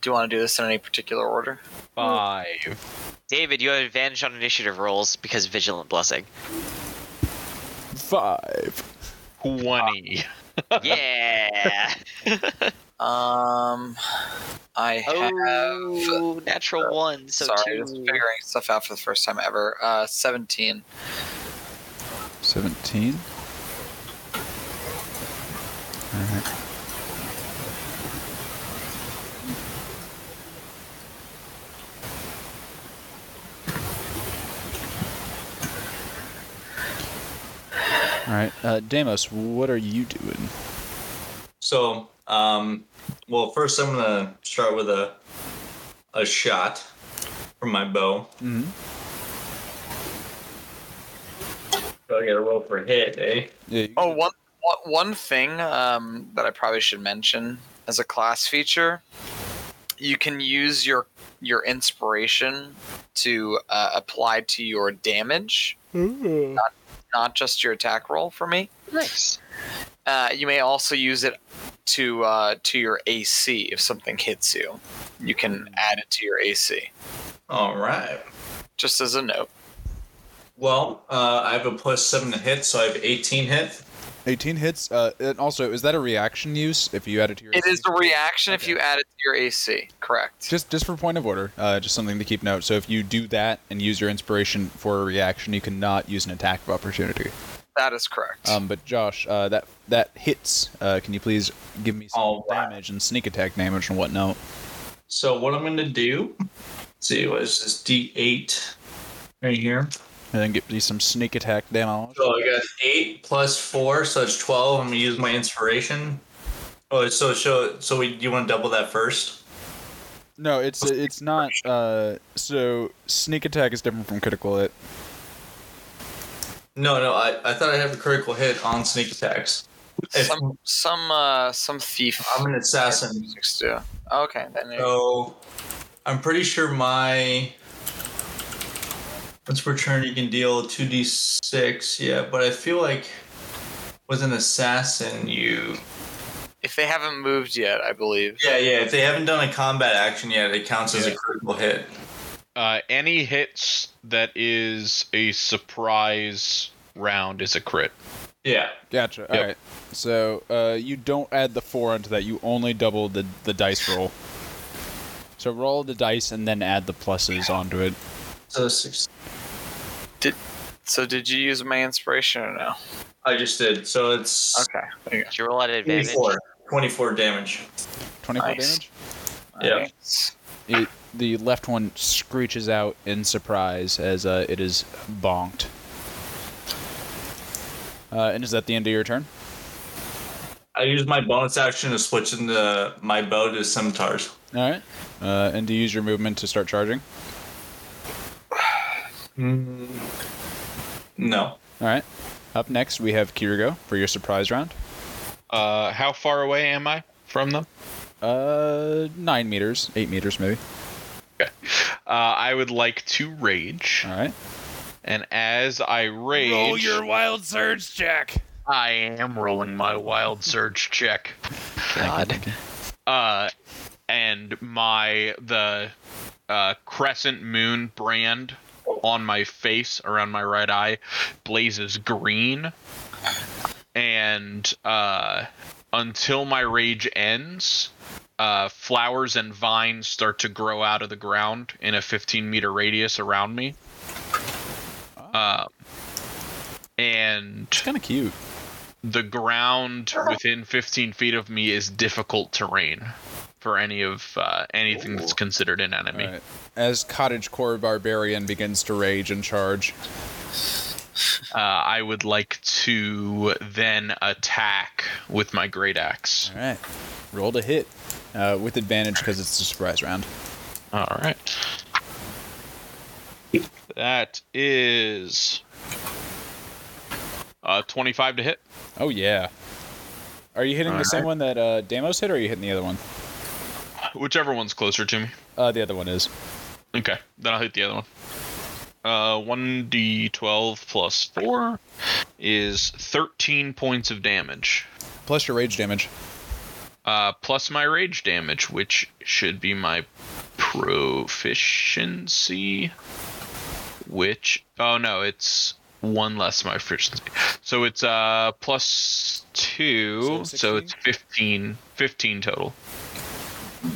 Speaker 2: Do you want to do this in any particular order?
Speaker 4: Five.
Speaker 3: David, you have advantage on initiative rolls because vigilant blessing.
Speaker 1: Five.
Speaker 4: 20.
Speaker 3: Yeah.
Speaker 2: Um, I have.
Speaker 3: oh, natural one. So
Speaker 2: sorry,
Speaker 3: two.
Speaker 2: just figuring stuff out for the first time ever. Uh, seventeen.
Speaker 3: Mm-hmm.
Speaker 1: Seventeen. All right, uh, Damos, what are you doing?
Speaker 5: So Um, well, first I'm gonna start with a a shot from my bow.
Speaker 2: Mm-hmm.
Speaker 1: Mhm.
Speaker 5: So I gotta roll for hit, eh?
Speaker 1: Yeah, you-
Speaker 2: Oh, one one- one thing um, that I probably should mention as a class feature, you can use your your inspiration to uh, apply to your damage, not just your attack roll. For me,
Speaker 3: Nice.
Speaker 2: uh, you may also use it to uh, to your AC if something hits you. You can
Speaker 1: Hmm.
Speaker 2: add it to your AC.
Speaker 5: All right.
Speaker 2: Just as a note,
Speaker 5: Well, uh, I have a plus seven to hit, so I have 18 hit.
Speaker 1: 18 hits. Uh, and also, is that a reaction use if you add it to your?
Speaker 2: it is
Speaker 1: AC?
Speaker 2: a reaction if
Speaker 1: Okay.
Speaker 2: you add it to your AC. Correct.
Speaker 1: Just, just for point of order, uh, just something to keep note. So if you do that and use your inspiration for a reaction, you cannot use an attack of opportunity.
Speaker 2: That is correct.
Speaker 1: Um, but Josh, uh, that that hits. Uh, can you please give me some
Speaker 5: All right.
Speaker 1: damage and sneak attack damage and whatnot?
Speaker 5: So what I'm gonna do? Let's see, what is this D8 right here?
Speaker 1: And then get me some sneak attack damage.
Speaker 5: So I got eight plus four, so it's twelve. I'm gonna use my inspiration. Oh, so so so we you want to double that first?
Speaker 1: No, it's it's not. Uh, so sneak attack is different from critical hit.
Speaker 5: No, no. I, I thought I had a critical hit on sneak attacks. If
Speaker 2: some some uh some thief
Speaker 5: I'm an assassin,
Speaker 2: six two. Okay, then there-
Speaker 5: so I'm pretty sure my once per turn you can deal two d six. Yeah, but I feel like with an assassin you.
Speaker 2: if they haven't moved yet, I believe.
Speaker 5: Yeah, yeah. If they haven't done a combat action yet, it counts as a
Speaker 4: Yeah.
Speaker 5: critical hit.
Speaker 4: Uh, any hits that is a surprise round is a crit.
Speaker 5: Yeah.
Speaker 1: Gotcha. All
Speaker 4: Yep.
Speaker 1: right. So uh, you don't add the four into that. You only double the the dice roll. So roll the dice and then add the pluses onto it.
Speaker 5: So six.
Speaker 2: So did you use my inspiration or no?
Speaker 5: I just did. So it's
Speaker 2: Okay. there you go.
Speaker 3: Did you roll at advantage?
Speaker 5: 24, 24 damage.
Speaker 1: Twenty-four
Speaker 2: Nice.
Speaker 1: damage.
Speaker 5: Yeah.
Speaker 2: Alright.
Speaker 1: It, the left one screeches out in surprise as uh, it is bonked. Uh, and is that the end of your turn?
Speaker 5: I used my bonus action to switch into my bow to scimitars.
Speaker 1: All right. Uh, and do you use your movement to start charging?
Speaker 5: No.
Speaker 1: All right. Up next, we have Kirigo for your surprise round.
Speaker 4: Uh, how far away am I from them?
Speaker 1: Uh, nine meters, eight meters maybe.
Speaker 4: Uh, I would like to rage,
Speaker 1: All right.
Speaker 4: and as I rage,
Speaker 7: wild surge check.
Speaker 4: I am rolling my wild surge check.
Speaker 3: God.
Speaker 4: Uh, and my the uh, crescent moon brand on my face around my right eye blazes green, and uh, until my rage ends. Uh, flowers and vines start to grow out of the ground in a 15 meter radius around me. Uh, and
Speaker 1: It's kind of cute.
Speaker 4: the ground within 15 feet of me is difficult terrain for any of uh, anything that's considered an enemy.
Speaker 1: All right. As cottagecore barbarian begins to rage and charge.
Speaker 4: Uh, I would like to then attack with my great axe.
Speaker 1: All right. Roll to hit uh, with advantage because it's a surprise round.
Speaker 4: All right. That is uh, 25 to hit.
Speaker 1: Oh yeah. Are you hitting the
Speaker 4: All
Speaker 1: same
Speaker 4: right.
Speaker 1: one that uh, Damos hit, or are you hitting the other one?
Speaker 4: Whichever one's closer to me.
Speaker 1: Uh, the other one is.
Speaker 4: Okay, then I'll hit the other one. Uh, 1d12 plus 4 is 13 points of damage.
Speaker 1: Plus your rage damage.
Speaker 4: Uh, plus my rage damage, which should be my proficiency. Which. Oh no, it's one less my proficiency. So it's uh, plus 2,
Speaker 1: So
Speaker 4: so, it's 15, 15 total.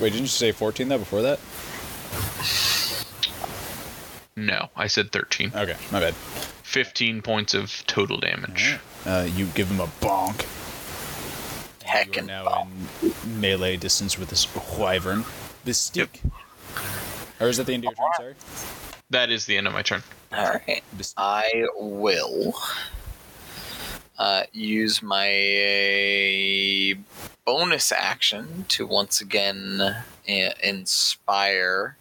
Speaker 1: Wait, didn't you say 14 though before that?
Speaker 4: No, I said 13.
Speaker 1: Okay, my bad.
Speaker 4: 15 points of total damage.
Speaker 1: Uh, you give him a bonk.
Speaker 2: Heck
Speaker 1: you are
Speaker 2: and
Speaker 1: now in melee distance with this wyvern. This stick. Or is that the end of your turn? Sorry.
Speaker 4: That is the end of my turn.
Speaker 2: Alright.
Speaker 1: This-
Speaker 2: I will uh, use my bonus action to once again i- inspire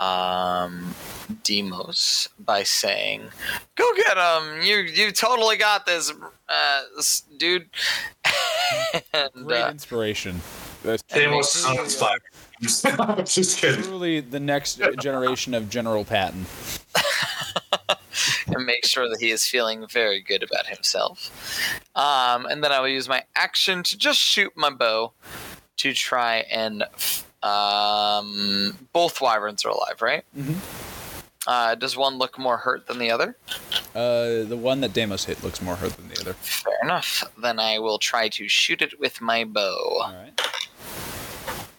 Speaker 2: um, Demos by saying, "Go get him! You you totally got this, uh, s- dude." and
Speaker 1: Great
Speaker 2: uh,
Speaker 1: inspiration. That's
Speaker 5: They will sound inspired. I'm just kidding.
Speaker 1: truly the next generation of General Patton.
Speaker 2: and make sure that he is feeling very good about himself. Um, and then I will use my action to just shoot my bow to try and. Um, both wyverns are alive, right? Mm-hmm. Uh, does one look more hurt than the other?
Speaker 1: Uh, the one that Deimos hit looks more hurt than the other.
Speaker 2: Fair enough. Then I will try to shoot it with my bow.
Speaker 1: All right.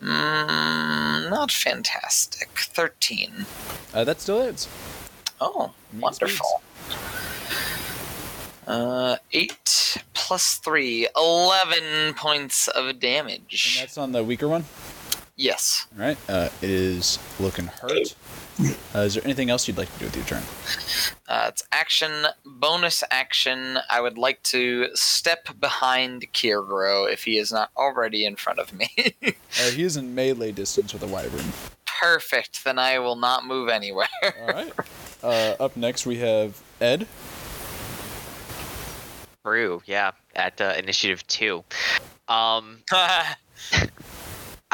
Speaker 2: Mm, not fantastic. 13.
Speaker 1: Uh, that still is.
Speaker 2: Oh, wonderful. Uh, 8 plus 3, 11 points of
Speaker 1: And
Speaker 2: damage.
Speaker 1: that's on the weaker one.
Speaker 2: Yes.
Speaker 1: All right. Uh, it is looking hurt. Uh, is there anything else you'd like to do with your turn?
Speaker 2: Uh, it's action, bonus action. I would like to step behind Kirgro if he is not already in front of me.
Speaker 1: Uh, he is in melee distance with a wyvern.
Speaker 2: Perfect. Then I will not move anywhere.
Speaker 1: All right. Uh, up next we have Ed.
Speaker 3: True, yeah, at uh, initiative two. Um, I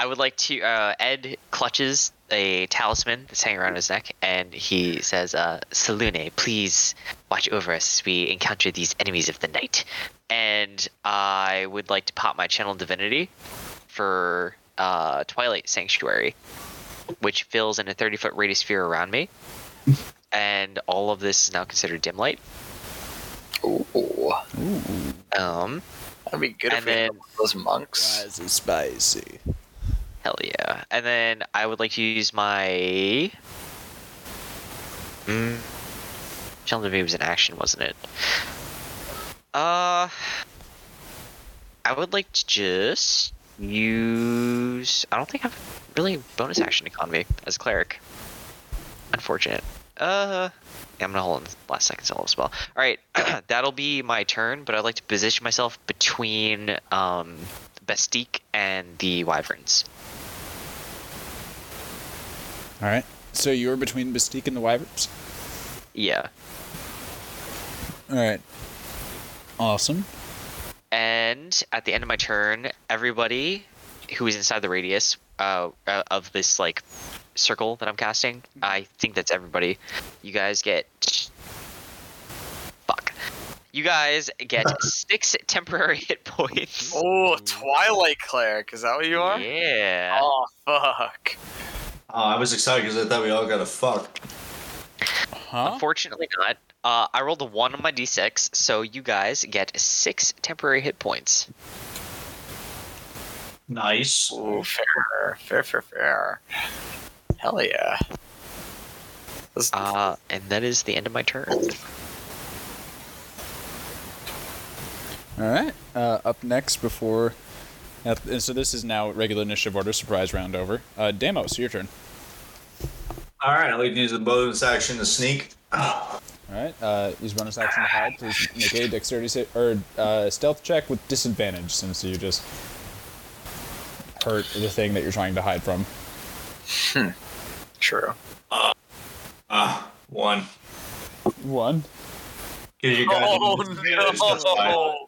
Speaker 3: would like to. Uh, Ed clutches a talisman that's hanging around his neck, and he says, uh, "Salune, please watch over us as we encounter these enemies of the night." And I would like to pop my channel divinity for uh, Twilight Sanctuary, which fills in a 30-foot radius sphere around me, and all of this is now considered dim light.
Speaker 2: Ooh.
Speaker 3: Um,
Speaker 2: That'd be good
Speaker 3: And
Speaker 2: if we
Speaker 3: then-
Speaker 2: had one of those monks.
Speaker 1: is spicy.
Speaker 3: Hell yeah. And then I would like to use my. Mm. Channel Divinity was an action, wasn't it? Uh. I would like to just use. I don't think I have really a bonus action economy as a cleric. Unfortunate. Uh. yeah, I'm gonna hold on to the last second syllable as well. All right, that'll be my turn. But I'd like to position myself between um, Bestique and the Wyverns.
Speaker 1: All right. So you're between Bastique and the wyverns.
Speaker 3: Yeah.
Speaker 1: All right. Awesome.
Speaker 3: And at the end of my turn, everybody who is inside the radius uh, uh, of this like circle that I'm casting, I think that's everybody. You guys get fuck. You guys get six temporary hit points.
Speaker 2: Oh, Twilight Cleric, is that what you are?
Speaker 3: Yeah.
Speaker 2: Oh, fuck.
Speaker 5: Oh, I was excited because I thought we all got a fuck.
Speaker 1: Huh?
Speaker 3: Unfortunately, not. Uh, I rolled a one on my d6, so you guys get six temporary hit points.
Speaker 5: Nice.
Speaker 2: Ooh, fair, fair, fair, fair. Hell yeah. This-
Speaker 3: Uh, and that is the end of my turn.
Speaker 1: All right. Uh, up next, before. uh, and so this is now regular initiative order, surprise round over. Uh, Damos, your turn.
Speaker 5: All right, I'll use the bonus action to sneak.
Speaker 1: All right. Uh, use bonus action to hide. Please make a dexterity sa- or uh, stealth check with disadvantage, since you just hurt the thing that you're trying to hide from.
Speaker 2: True.
Speaker 5: Ah, one.
Speaker 1: One.
Speaker 5: Because you got
Speaker 2: Oh,
Speaker 5: disadvantage, that's why.
Speaker 2: no!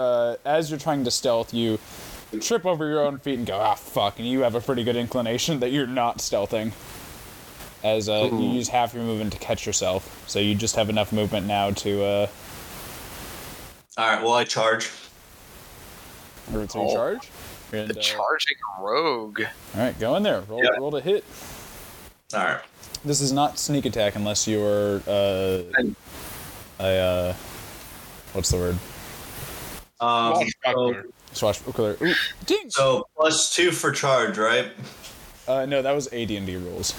Speaker 1: Uh, as you're trying to stealth, you trip over your own feet and go, ah, fuck. And you have a pretty good inclination that you're not stealthing. As uh, you use half your movement to catch yourself, so you just have enough movement now to uh,
Speaker 5: All right, well, I charge.
Speaker 1: Or to
Speaker 2: Oh.
Speaker 1: charge. And,
Speaker 2: The
Speaker 1: uh,
Speaker 2: charging rogue.
Speaker 1: all right, go in there. Roll,
Speaker 5: Yeah.
Speaker 1: roll to hit.
Speaker 5: All right.
Speaker 1: This is not sneak attack unless you're uh,
Speaker 5: And-
Speaker 1: a uh, what's the word?
Speaker 5: Um, so,
Speaker 8: Swashbuckler.
Speaker 1: Swashbuckler. Ooh, ding.
Speaker 5: so plus two for charge, right?
Speaker 1: Uh, no, that was AD and D rules.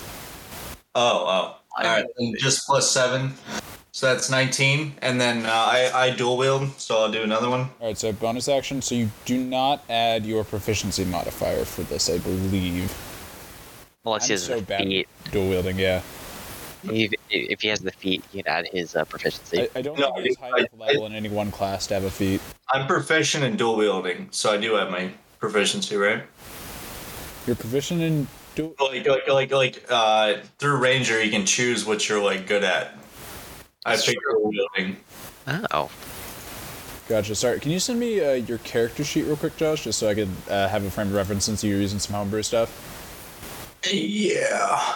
Speaker 5: Oh, oh. All right, and just plus seven. So that's 19. And then uh, I, I dual wield, so I'll do another one.
Speaker 1: All right, so bonus action. So you do not add your proficiency modifier for this, I believe.
Speaker 3: Unless he
Speaker 1: I'm
Speaker 3: has
Speaker 1: so
Speaker 3: the
Speaker 1: bad
Speaker 3: feet.
Speaker 1: at dual wielding. Yeah,
Speaker 3: If, if he has the feet, he can add his uh, proficiency.
Speaker 1: I, I don't
Speaker 5: No,
Speaker 1: think it is
Speaker 5: I-
Speaker 1: high enough
Speaker 5: I-
Speaker 1: level in any one class to have a feat.
Speaker 5: I'm proficient in dual wielding, so I do have my proficiency, right?
Speaker 1: You're proficient in dual.
Speaker 5: Like, like, like, like uh, through ranger, you can choose what you're like good at. I picked dual wielding.
Speaker 3: Oh,
Speaker 1: Gotcha. Sorry. Can you send me uh, your character sheet real quick, Josh, just so I could uh, have a frame of reference since you're using some homebrew stuff?
Speaker 5: Yeah.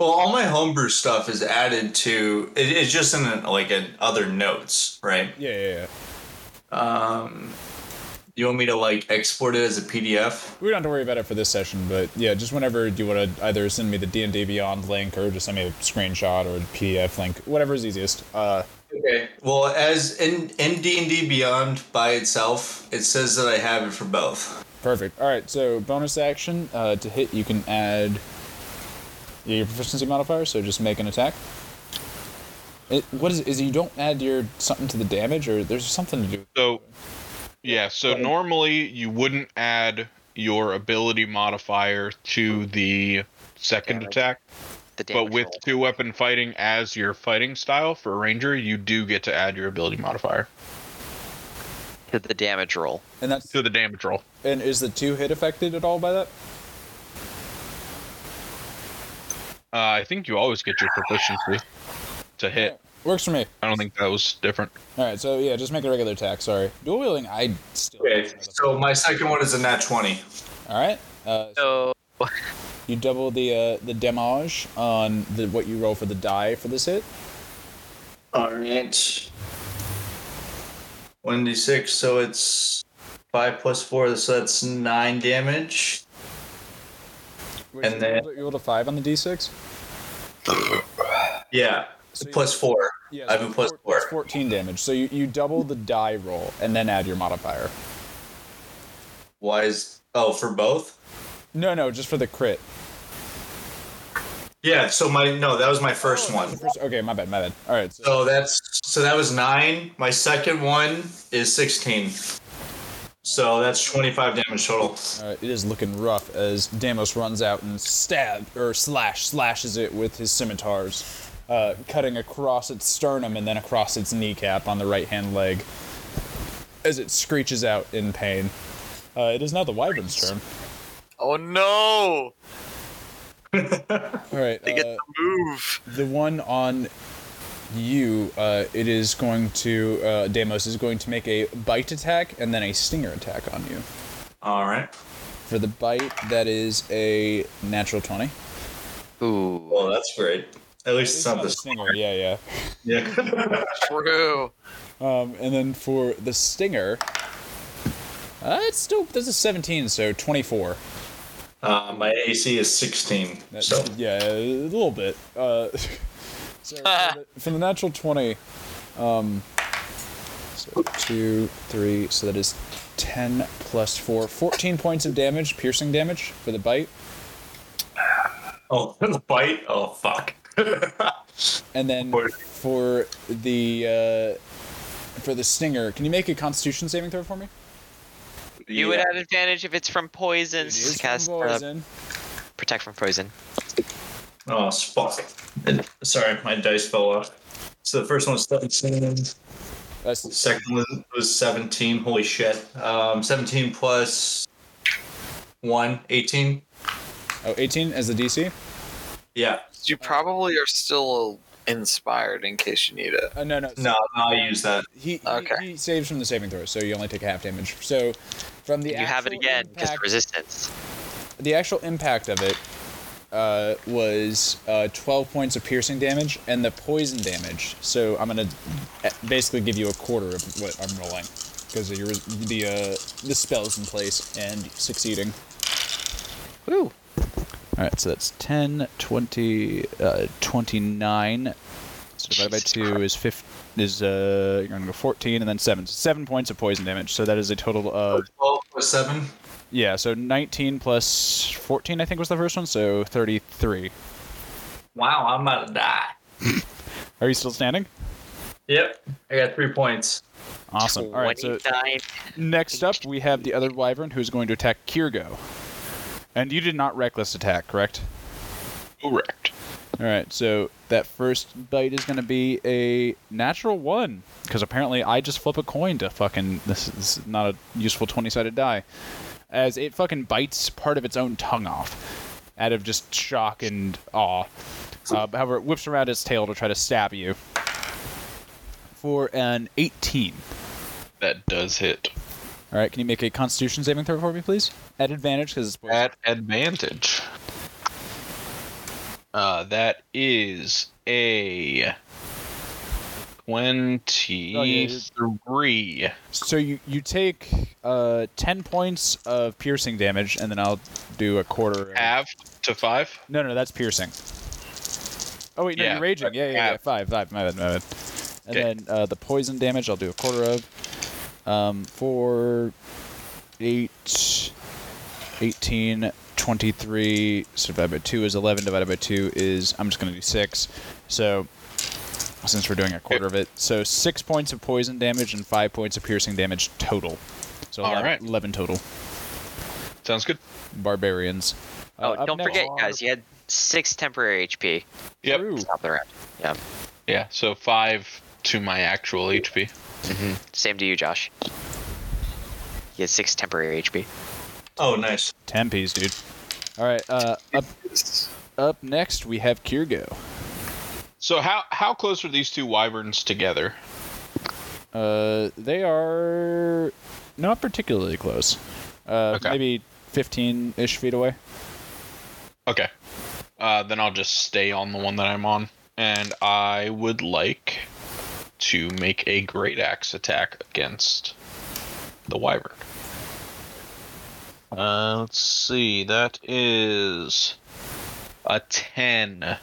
Speaker 5: Well, all my homebrew stuff is added to. It, it's just in a, like an other notes, right?
Speaker 1: Yeah, yeah, yeah.
Speaker 5: Um, you want me to like export it as a PDF?
Speaker 1: We don't have to worry about it for this session, but yeah, just whenever you want to either send me the D and D Beyond link or just send me a screenshot or a PDF link, whatever is easiest. Uh,
Speaker 5: Okay. Well, as in in D and D Beyond by itself, it says that I have it for both.
Speaker 1: perfect. All right. So bonus action uh, to hit, you can add your proficiency modifier. So just make an attack. It, what is it? Is it you don't add your something to the damage, or there's something to do?
Speaker 4: So, yeah, so normally you wouldn't add your ability modifier to the second
Speaker 3: Damage.
Speaker 4: attack,
Speaker 3: the damage
Speaker 4: but with
Speaker 3: roll.
Speaker 4: two weapon fighting as your fighting style for ranger, you do get to add your ability modifier
Speaker 3: to the damage roll.
Speaker 1: And that's
Speaker 4: to the damage roll.
Speaker 1: and is the two hit affected at all by that?
Speaker 4: Uh, I think you always get your proficiency to hit.
Speaker 1: Works for me.
Speaker 4: I don't think that was different.
Speaker 1: All right, so yeah, just make a regular attack. Sorry, dual wielding. I still.
Speaker 5: Okay. So my second one is a nat twenty.
Speaker 1: All right. Uh,
Speaker 3: So
Speaker 1: you double the uh, the damage on the what you roll for the die for this hit.
Speaker 5: All right. One d six, so it's five plus four, so that's nine damage.
Speaker 1: Wait,
Speaker 5: And
Speaker 1: so
Speaker 5: then-
Speaker 1: you rolled a- you rolled a five on the d6.
Speaker 5: Yeah,
Speaker 1: So you-
Speaker 5: plus four.
Speaker 1: Yeah,
Speaker 5: I have a plus
Speaker 1: four-
Speaker 5: four.
Speaker 1: Plus fourteen damage. So you, you double the die roll and then add your modifier.
Speaker 5: Why is oh for both?
Speaker 1: No, no, just for the crit.
Speaker 5: Yeah. So my no, that was my first one.
Speaker 1: First- okay, my bad, my bad. All right, so
Speaker 5: So that's so that was nine. My second one is sixteen. So that's twenty-five damage total.
Speaker 1: Uh, it is looking rough as Damos runs out and stab or slash slashes it with his scimitars, uh, cutting across its sternum and then across its kneecap on the right hand leg. As it screeches out in pain, uh, it is now the wyvern's turn.
Speaker 2: Oh no!
Speaker 1: All right,
Speaker 2: They get
Speaker 1: uh,
Speaker 2: to move.
Speaker 1: the one on you, uh, it is going to uh, Damos is going to make a bite attack and then a stinger attack on you.
Speaker 5: All right.
Speaker 1: For the bite, that is a natural twenty.
Speaker 3: ooh,
Speaker 5: Well, that's great. At least it's not
Speaker 1: Not a
Speaker 5: this.
Speaker 1: stinger, yeah, yeah.
Speaker 5: Yeah.
Speaker 2: True.
Speaker 1: Um, and then for the stinger, uh, it's still that's a 17, so 24.
Speaker 5: Uh, my AC is sixteen.
Speaker 1: That-
Speaker 5: So
Speaker 1: Yeah, a little bit. Uh, so for, the, for the natural 20, um, so two, three, so that is 10 plus four, 14 points of damage, piercing damage for the bite,
Speaker 5: oh, the bite. Oh fuck.
Speaker 1: and then for the uh, for the stinger, can you make a Constitution saving throw for me?
Speaker 3: you would have advantage if it's from poison.
Speaker 1: It is
Speaker 3: since
Speaker 1: from
Speaker 3: cast uh,
Speaker 1: poison.
Speaker 3: protect from poison.
Speaker 5: Oh fuck. It- sorry, my dice fell off. So the first one was seventeen.
Speaker 1: That's
Speaker 5: Second one was seventeen. Holy shit. Um, seventeen plus one. 18.
Speaker 1: oh, 18 as the DC.
Speaker 5: Yeah.
Speaker 2: You probably are still inspired in case you need it.
Speaker 1: Uh, no, no,
Speaker 5: No, no, I use that.
Speaker 1: He, he-
Speaker 2: Okay.
Speaker 1: he saves from the saving throw, so you only take half damage. So from the
Speaker 3: You have it
Speaker 1: actual
Speaker 3: again because
Speaker 1: impact-
Speaker 3: resistance.
Speaker 1: the actual impact of it uh, was uh, 12 points of piercing damage and the poison damage. So I'm gonna uh, basically give you a quarter of what I'm rolling because your the uh, the spell's in place and succeeding.
Speaker 3: Ooh,
Speaker 9: All right, so that's 10, 20, uh, 29. So divided by
Speaker 3: Jesus
Speaker 9: 2 is 5 is uh you're going to go 14 and then 7. So 7 points of poison damage. So that is a total of
Speaker 5: 12 plus 7.
Speaker 9: yeah, so 19 plus 14 I think was the first one, so 33.
Speaker 5: Wow, I'm about to die.
Speaker 9: Are you still standing?
Speaker 5: Yep, I got three points.
Speaker 9: Awesome. All right, so
Speaker 3: twenty-nine.
Speaker 9: next up we have the other wyvern who's going to attack Kirgo. And you did not reckless attack, correct?
Speaker 4: Correct.
Speaker 1: All right, so that first bite is going to be a natural one because apparently I just flip a coin to fucking this is not a useful twenty-sided die. As it fucking bites part of its own tongue off, out of just shock and awe. Uh, however, it whips around its tail to try to stab you for an eighteen.
Speaker 4: That does hit.
Speaker 1: All right, can you make a Constitution saving throw for me, please? At advantage because it's poison.
Speaker 4: At advantage. Uh, that is a
Speaker 1: Oh, yeah, it is.
Speaker 4: twenty-three.
Speaker 1: So you you take uh ten points of piercing damage, and then I'll do a quarter. of-
Speaker 4: Half to five.
Speaker 1: No, no, that's piercing. Oh wait, no,
Speaker 4: Yeah,
Speaker 1: you're raging.
Speaker 4: but
Speaker 1: Yeah, yeah, yeah,
Speaker 4: half.
Speaker 1: Five, five. My bad, my bad. And
Speaker 4: Okay.
Speaker 1: then uh, the poison damage, I'll do a quarter of. Um, four, eight, 18, 23, so divided by two is eleven. Divided by two is I'm just gonna do six. So since we're doing a quarter of it, so six points of poison damage and five points of piercing damage total. So
Speaker 4: All
Speaker 1: 11,
Speaker 4: right.
Speaker 1: eleven total.
Speaker 4: Sounds good.
Speaker 1: Barbarians. Uh,
Speaker 3: Oh,
Speaker 1: up
Speaker 3: don't
Speaker 1: next-
Speaker 3: forget, guys, you had six temporary HP.
Speaker 4: Yep.
Speaker 1: True.
Speaker 3: Top of the round. Yeah.
Speaker 4: Yeah. So five to my actual HP.
Speaker 3: Same to you, Josh. You had six temporary HP.
Speaker 5: Oh, nice.
Speaker 1: Ten piece, dude. All right. Uh, up, up next we have Kirgo.
Speaker 4: So how how close are these two wyverns together?
Speaker 1: Uh, they are not particularly close. Uh,
Speaker 4: Okay.
Speaker 1: maybe fifteen-ish feet away.
Speaker 4: Okay. Uh, then I'll just stay on the one that I'm on, and I would like to make a great axe attack against the wyvern. Uh, let's see. That is a ten.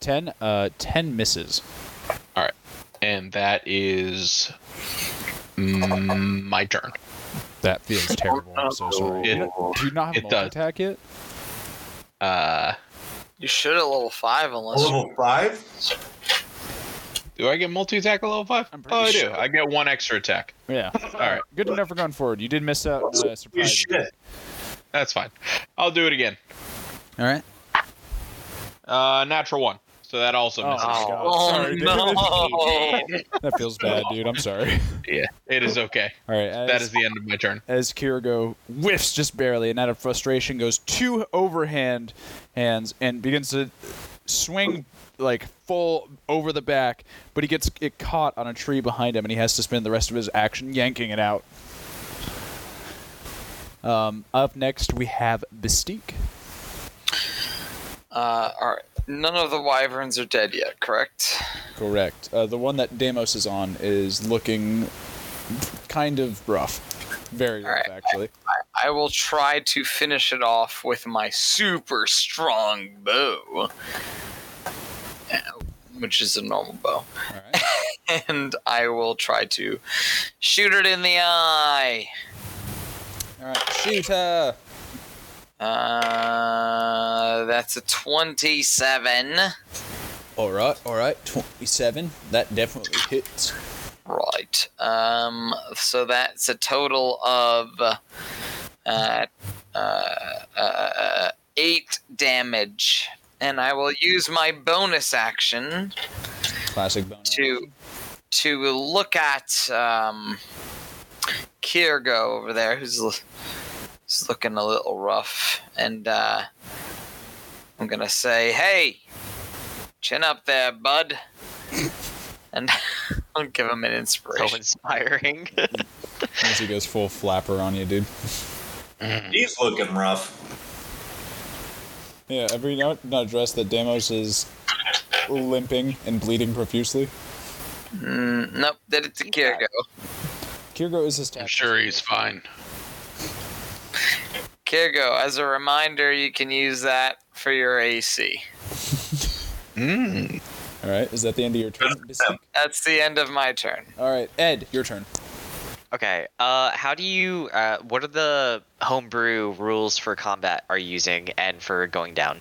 Speaker 1: Ten. Uh, ten misses.
Speaker 4: All right, and that is mm, my turn.
Speaker 1: That feels terrible. I'm so
Speaker 2: Oh,
Speaker 1: sorry.
Speaker 4: It-
Speaker 1: Do you not have
Speaker 4: it
Speaker 1: multi
Speaker 4: does.
Speaker 1: attack yet?
Speaker 4: uh,
Speaker 2: You should at level five, unless
Speaker 1: Oh,
Speaker 5: Level five?
Speaker 4: do I get multi attack at level five?
Speaker 1: I'm pretty
Speaker 4: Oh, I do.
Speaker 1: sure.
Speaker 4: I get one extra attack.
Speaker 1: Yeah.
Speaker 4: All right,
Speaker 1: Good to know for going forward. You did miss out. Uh, surprise.
Speaker 5: shit.
Speaker 4: that's fine. I'll do it again.
Speaker 1: All right.
Speaker 4: Uh, natural one. So that also
Speaker 1: Oh,
Speaker 4: misses.
Speaker 1: God.
Speaker 2: Oh,
Speaker 1: Sorry, dude.
Speaker 2: no!
Speaker 1: That feels bad, dude. I'm sorry.
Speaker 4: Yeah, it is okay.
Speaker 1: All right. As,
Speaker 4: That is the end of my turn.
Speaker 1: as Kirigo whiffs just barely, and out of frustration goes two overhand hands and begins to swing like full over the back, but he gets it caught on a tree behind him, and he has to spend the rest of his action yanking it out. Um, up next we have Bestique.
Speaker 2: uh, all right. None of the wyverns are dead yet, correct?
Speaker 1: Correct. Uh, the one that Damos is on is looking kind of rough, very rough
Speaker 2: Alright.
Speaker 1: actually.
Speaker 2: I will try to finish it off with my super strong bow, Uh, which is a normal bow.
Speaker 1: All right.
Speaker 2: And I will try to shoot it in the eye.
Speaker 1: All right. Shoot her.
Speaker 2: Uh, that's a 27.
Speaker 1: All right, all right, 27. That definitely hits.
Speaker 2: Right. Um, so that's a total of uh, uh, uh, eight damage. And I will use my bonus action
Speaker 1: Classic bonus.
Speaker 2: to to look at um, Kiergo over there, who's, l- who's looking a little rough, and uh, I'm gonna say, "Hey, chin up there, bud," and I'll give him an
Speaker 3: So
Speaker 2: inspiration.
Speaker 3: inspiring.
Speaker 1: As he goes full flapper on you, dude.
Speaker 5: He's looking rough.
Speaker 1: Yeah, have you not, not addressed that Damos is limping and bleeding profusely?
Speaker 2: Nope, did it to Kiergo.
Speaker 1: Kirgo is his
Speaker 4: I'm
Speaker 1: tactic.
Speaker 4: sure he's fine.
Speaker 2: Kiergo, as a reminder, you can use that for your AC.
Speaker 1: All right, is that the end of your turn? Mystique?
Speaker 2: That's the end of my turn.
Speaker 1: All right, Ed, your turn.
Speaker 3: okay. Uh, how do you? Uh, what are the homebrew rules for combat are you using and for going down?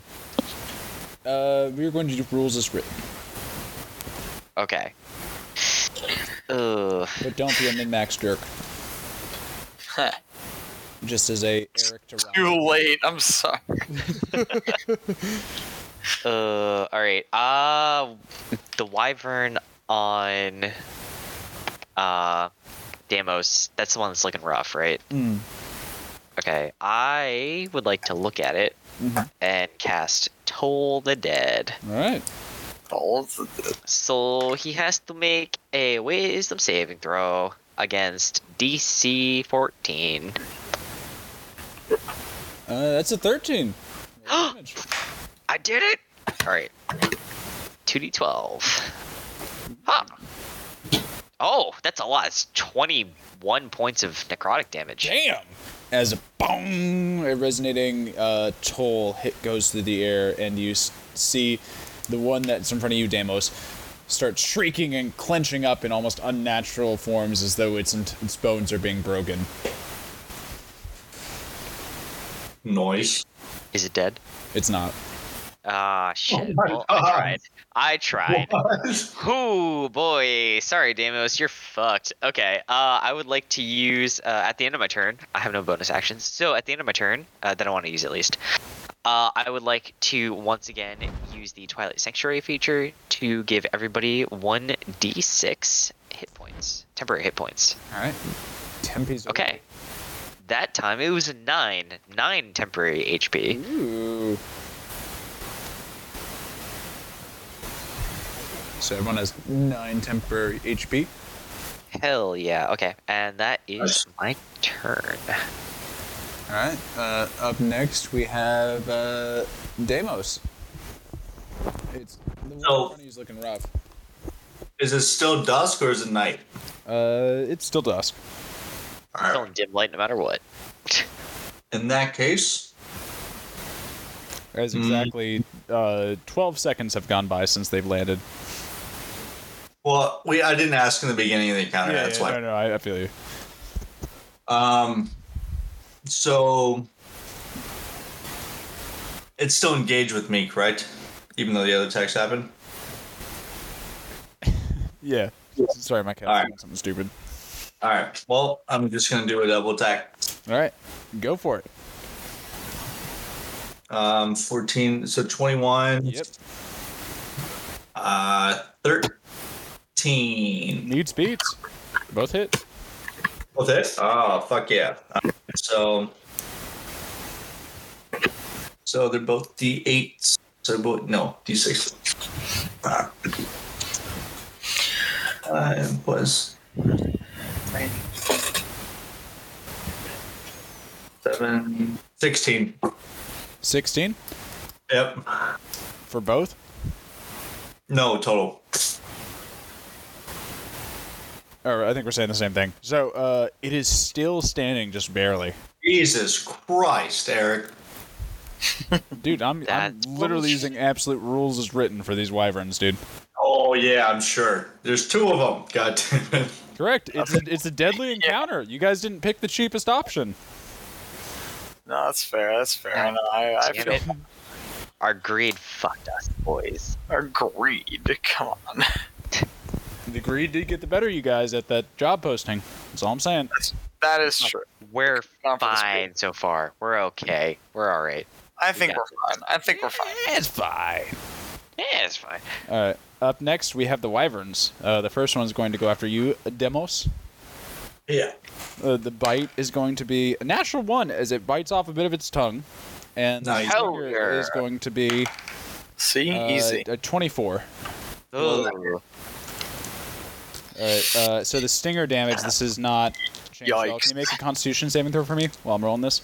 Speaker 1: Uh, we are going to do rules as written,
Speaker 3: Okay. Ugh.
Speaker 1: but don't be a min-max jerk.
Speaker 2: Huh.
Speaker 1: Just as a Eric to Rob.
Speaker 2: Too late. I'm sorry.
Speaker 3: Uh, all right. Uh, the wyvern on uh, Damos. That's the one that's looking rough, right?
Speaker 1: Mm.
Speaker 3: Okay. I would like to look at it
Speaker 1: Mhm.
Speaker 3: and cast Toll the Dead.
Speaker 1: All right.
Speaker 3: So he has to make a Wisdom saving throw against DC 14.
Speaker 1: Uh, that's a 13. Damage.
Speaker 3: I did it! Alright. 2d12. Huh. Oh, that's a lot. It's 21 points of necrotic damage.
Speaker 10: Damn.
Speaker 1: As a boom, a resonating uh, toll hit goes through the air, and you s- see the one that's in front of you, Damos, start shrieking and clenching up in almost unnatural forms as though its, its bones are being broken.
Speaker 5: Noise.
Speaker 3: Is it dead?
Speaker 1: It's not.
Speaker 3: Ah, shit.
Speaker 5: my
Speaker 3: Well, I
Speaker 5: God.
Speaker 3: tried. I tried. Ooh, boy. Sorry, Damos. You're fucked. Okay. Uh, I would like to use uh, at the end of my turn. I have no bonus actions, so at the end of my turn, uh, that I want to use at least. Uh, I would like to once again use the Twilight Sanctuary feature to give everybody one d6 hit points, temporary hit points.
Speaker 1: All right. Tempe's
Speaker 3: Okay. That time it was a nine, nine temporary HP.
Speaker 1: Ooh. So everyone has nine temporary HP.
Speaker 3: Hell yeah. Okay, and that is my
Speaker 5: Nice.
Speaker 3: turn.
Speaker 1: All right. Uh, up next we have uh, Damos. It's the one
Speaker 5: So-
Speaker 1: in front of you is looking rough.
Speaker 5: Is it still dusk or is it night?
Speaker 1: Uh, it's still dusk.
Speaker 5: All
Speaker 3: Still
Speaker 5: right.
Speaker 3: in dim light no matter what.
Speaker 5: In that case,
Speaker 1: As
Speaker 5: Mm.
Speaker 1: exactly uh, twelve seconds have gone by since they've landed.
Speaker 5: well, we I didn't ask in the beginning of the encounter. that's why.
Speaker 1: no, no, I, I feel you.
Speaker 5: Um, so it's still engaged with me, correct? Even though the other attacks happened.
Speaker 1: Yeah. Sorry, my cat's
Speaker 5: All right.
Speaker 1: doing something stupid.
Speaker 5: All right. Well, I'm just gonna do a double attack.
Speaker 1: All right, go for it.
Speaker 5: Um, 14. So 21. Uh, 13.
Speaker 1: Need speeds. Both hit.
Speaker 5: Well, this. Oh, fuck yeah. Um, so, so they're both D8s. So both no D6. Ah. Uh, it was seven. 16.
Speaker 1: Sixteen
Speaker 5: Yep.
Speaker 1: for both.
Speaker 5: No total.
Speaker 1: Or I think we're saying the same thing. So uh, it is still standing, just barely.
Speaker 5: Jesus Christ, Eric.
Speaker 1: Dude, I'm, I'm
Speaker 3: That's
Speaker 1: literally using absolute rules as written for these wyverns, dude.
Speaker 5: Oh yeah, I'm sure. There's two of them. God damn it.
Speaker 1: Correct. It's a, it's a deadly encounter. You guys didn't pick the cheapest option.
Speaker 2: No, that's fair. That's fair. I know. I, I
Speaker 3: Damn
Speaker 2: feel
Speaker 3: it. Our greed fucked us, boys.
Speaker 2: our greed. Come on.
Speaker 1: The greed did get the better of you guys at that job posting. That's all I'm saying.
Speaker 2: That is true.
Speaker 3: We're
Speaker 2: Gone for the speed.
Speaker 3: fine so far. We're okay. We're all right.
Speaker 2: I think
Speaker 3: Yeah.
Speaker 2: we're fine. I think we're fine.
Speaker 1: It's fine.
Speaker 3: Yeah, it's fine.
Speaker 1: All right. Up next, we have the wyverns. Uh, the first one's going to go after you, Demos.
Speaker 5: Yeah.
Speaker 1: Uh, the bite is going to be a natural one as it bites off a bit of its tongue. And
Speaker 5: Nice.
Speaker 1: the
Speaker 3: Hell
Speaker 1: trigger
Speaker 3: yeah.
Speaker 1: is going to be
Speaker 2: See,
Speaker 1: uh,
Speaker 2: easy.
Speaker 1: a 24.
Speaker 3: Ooh.
Speaker 1: All right. Uh, so the stinger damage. This is not. changed at all.
Speaker 2: Yikes.
Speaker 1: Can you make a Constitution saving throw for me while I'm rolling this?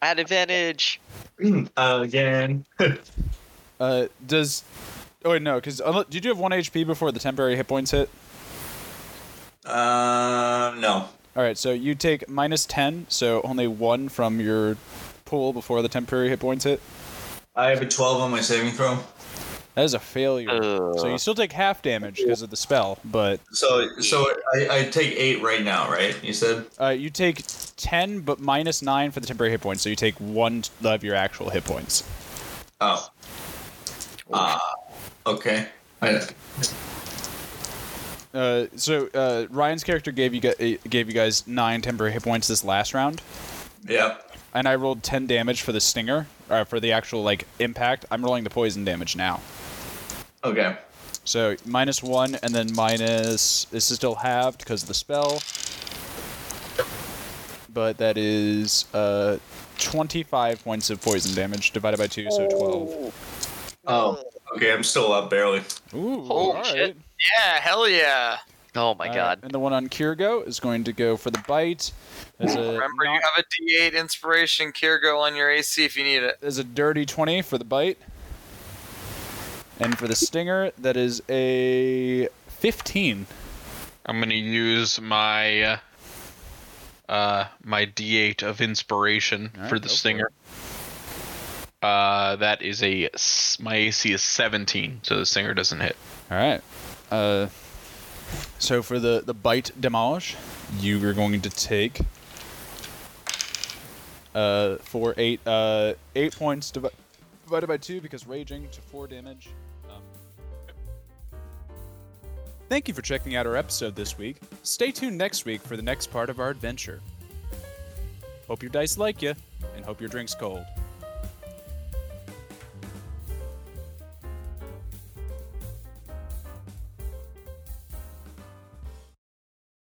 Speaker 3: At advantage.
Speaker 5: Mm. Again.
Speaker 1: Uh, does. Oh wait, no, because did you have one HP before the temporary hit points hit?
Speaker 5: Um, no.
Speaker 1: All right, so you take minus ten, so only one from your pool before the temporary hit points hit.
Speaker 5: I have a 12 on my saving throw.
Speaker 1: That is a failure.
Speaker 3: Ugh.
Speaker 1: So you still take half damage because of the spell, but
Speaker 5: So, so I, I take eight right now, right? You said.
Speaker 1: uh, you take ten, but minus nine for the temporary hit points. So you take one of your actual hit points.
Speaker 5: Oh. Ah. okay. I,
Speaker 1: Uh, so uh, Ryan's character gave you gu- uh, gave you guys nine temporary hit points this last round.
Speaker 5: yep.
Speaker 1: and I rolled 10 damage for the stinger, uh, for the actual like impact. I'm rolling the poison damage now.
Speaker 5: Okay.
Speaker 1: So minus one, and then minus. This is still halved because of the spell. But that is uh, 25 points of poison damage divided by two, so 12.
Speaker 5: Oh, okay. I'm still up barely.
Speaker 1: Ooh,
Speaker 2: Holy
Speaker 1: alright.
Speaker 2: shit. Yeah, hell yeah.
Speaker 3: Oh my
Speaker 1: Alright,
Speaker 3: god.
Speaker 1: And the one on Kirgo is going to go for the bite. There's a,
Speaker 2: Remember, you have a D8 inspiration Kirgo on your AC if you need it.
Speaker 1: there's a dirty 20 for the bite. And for the stinger, that is a 15.
Speaker 4: I'm gonna use my uh my D8 of inspiration
Speaker 1: Alright,
Speaker 4: for the
Speaker 1: go for
Speaker 4: stinger. uh, that is a s- my AC is 17, so the stinger doesn't hit.
Speaker 1: All right. Uh, so for the the bite damage, you are going to take uh four eight uh eight points divi- divided by two because raging to four damage. Um, Thank you for checking out our episode this week. Stay tuned next week for the next part of our adventure. Hope your dice like you, and hope your drink's cold.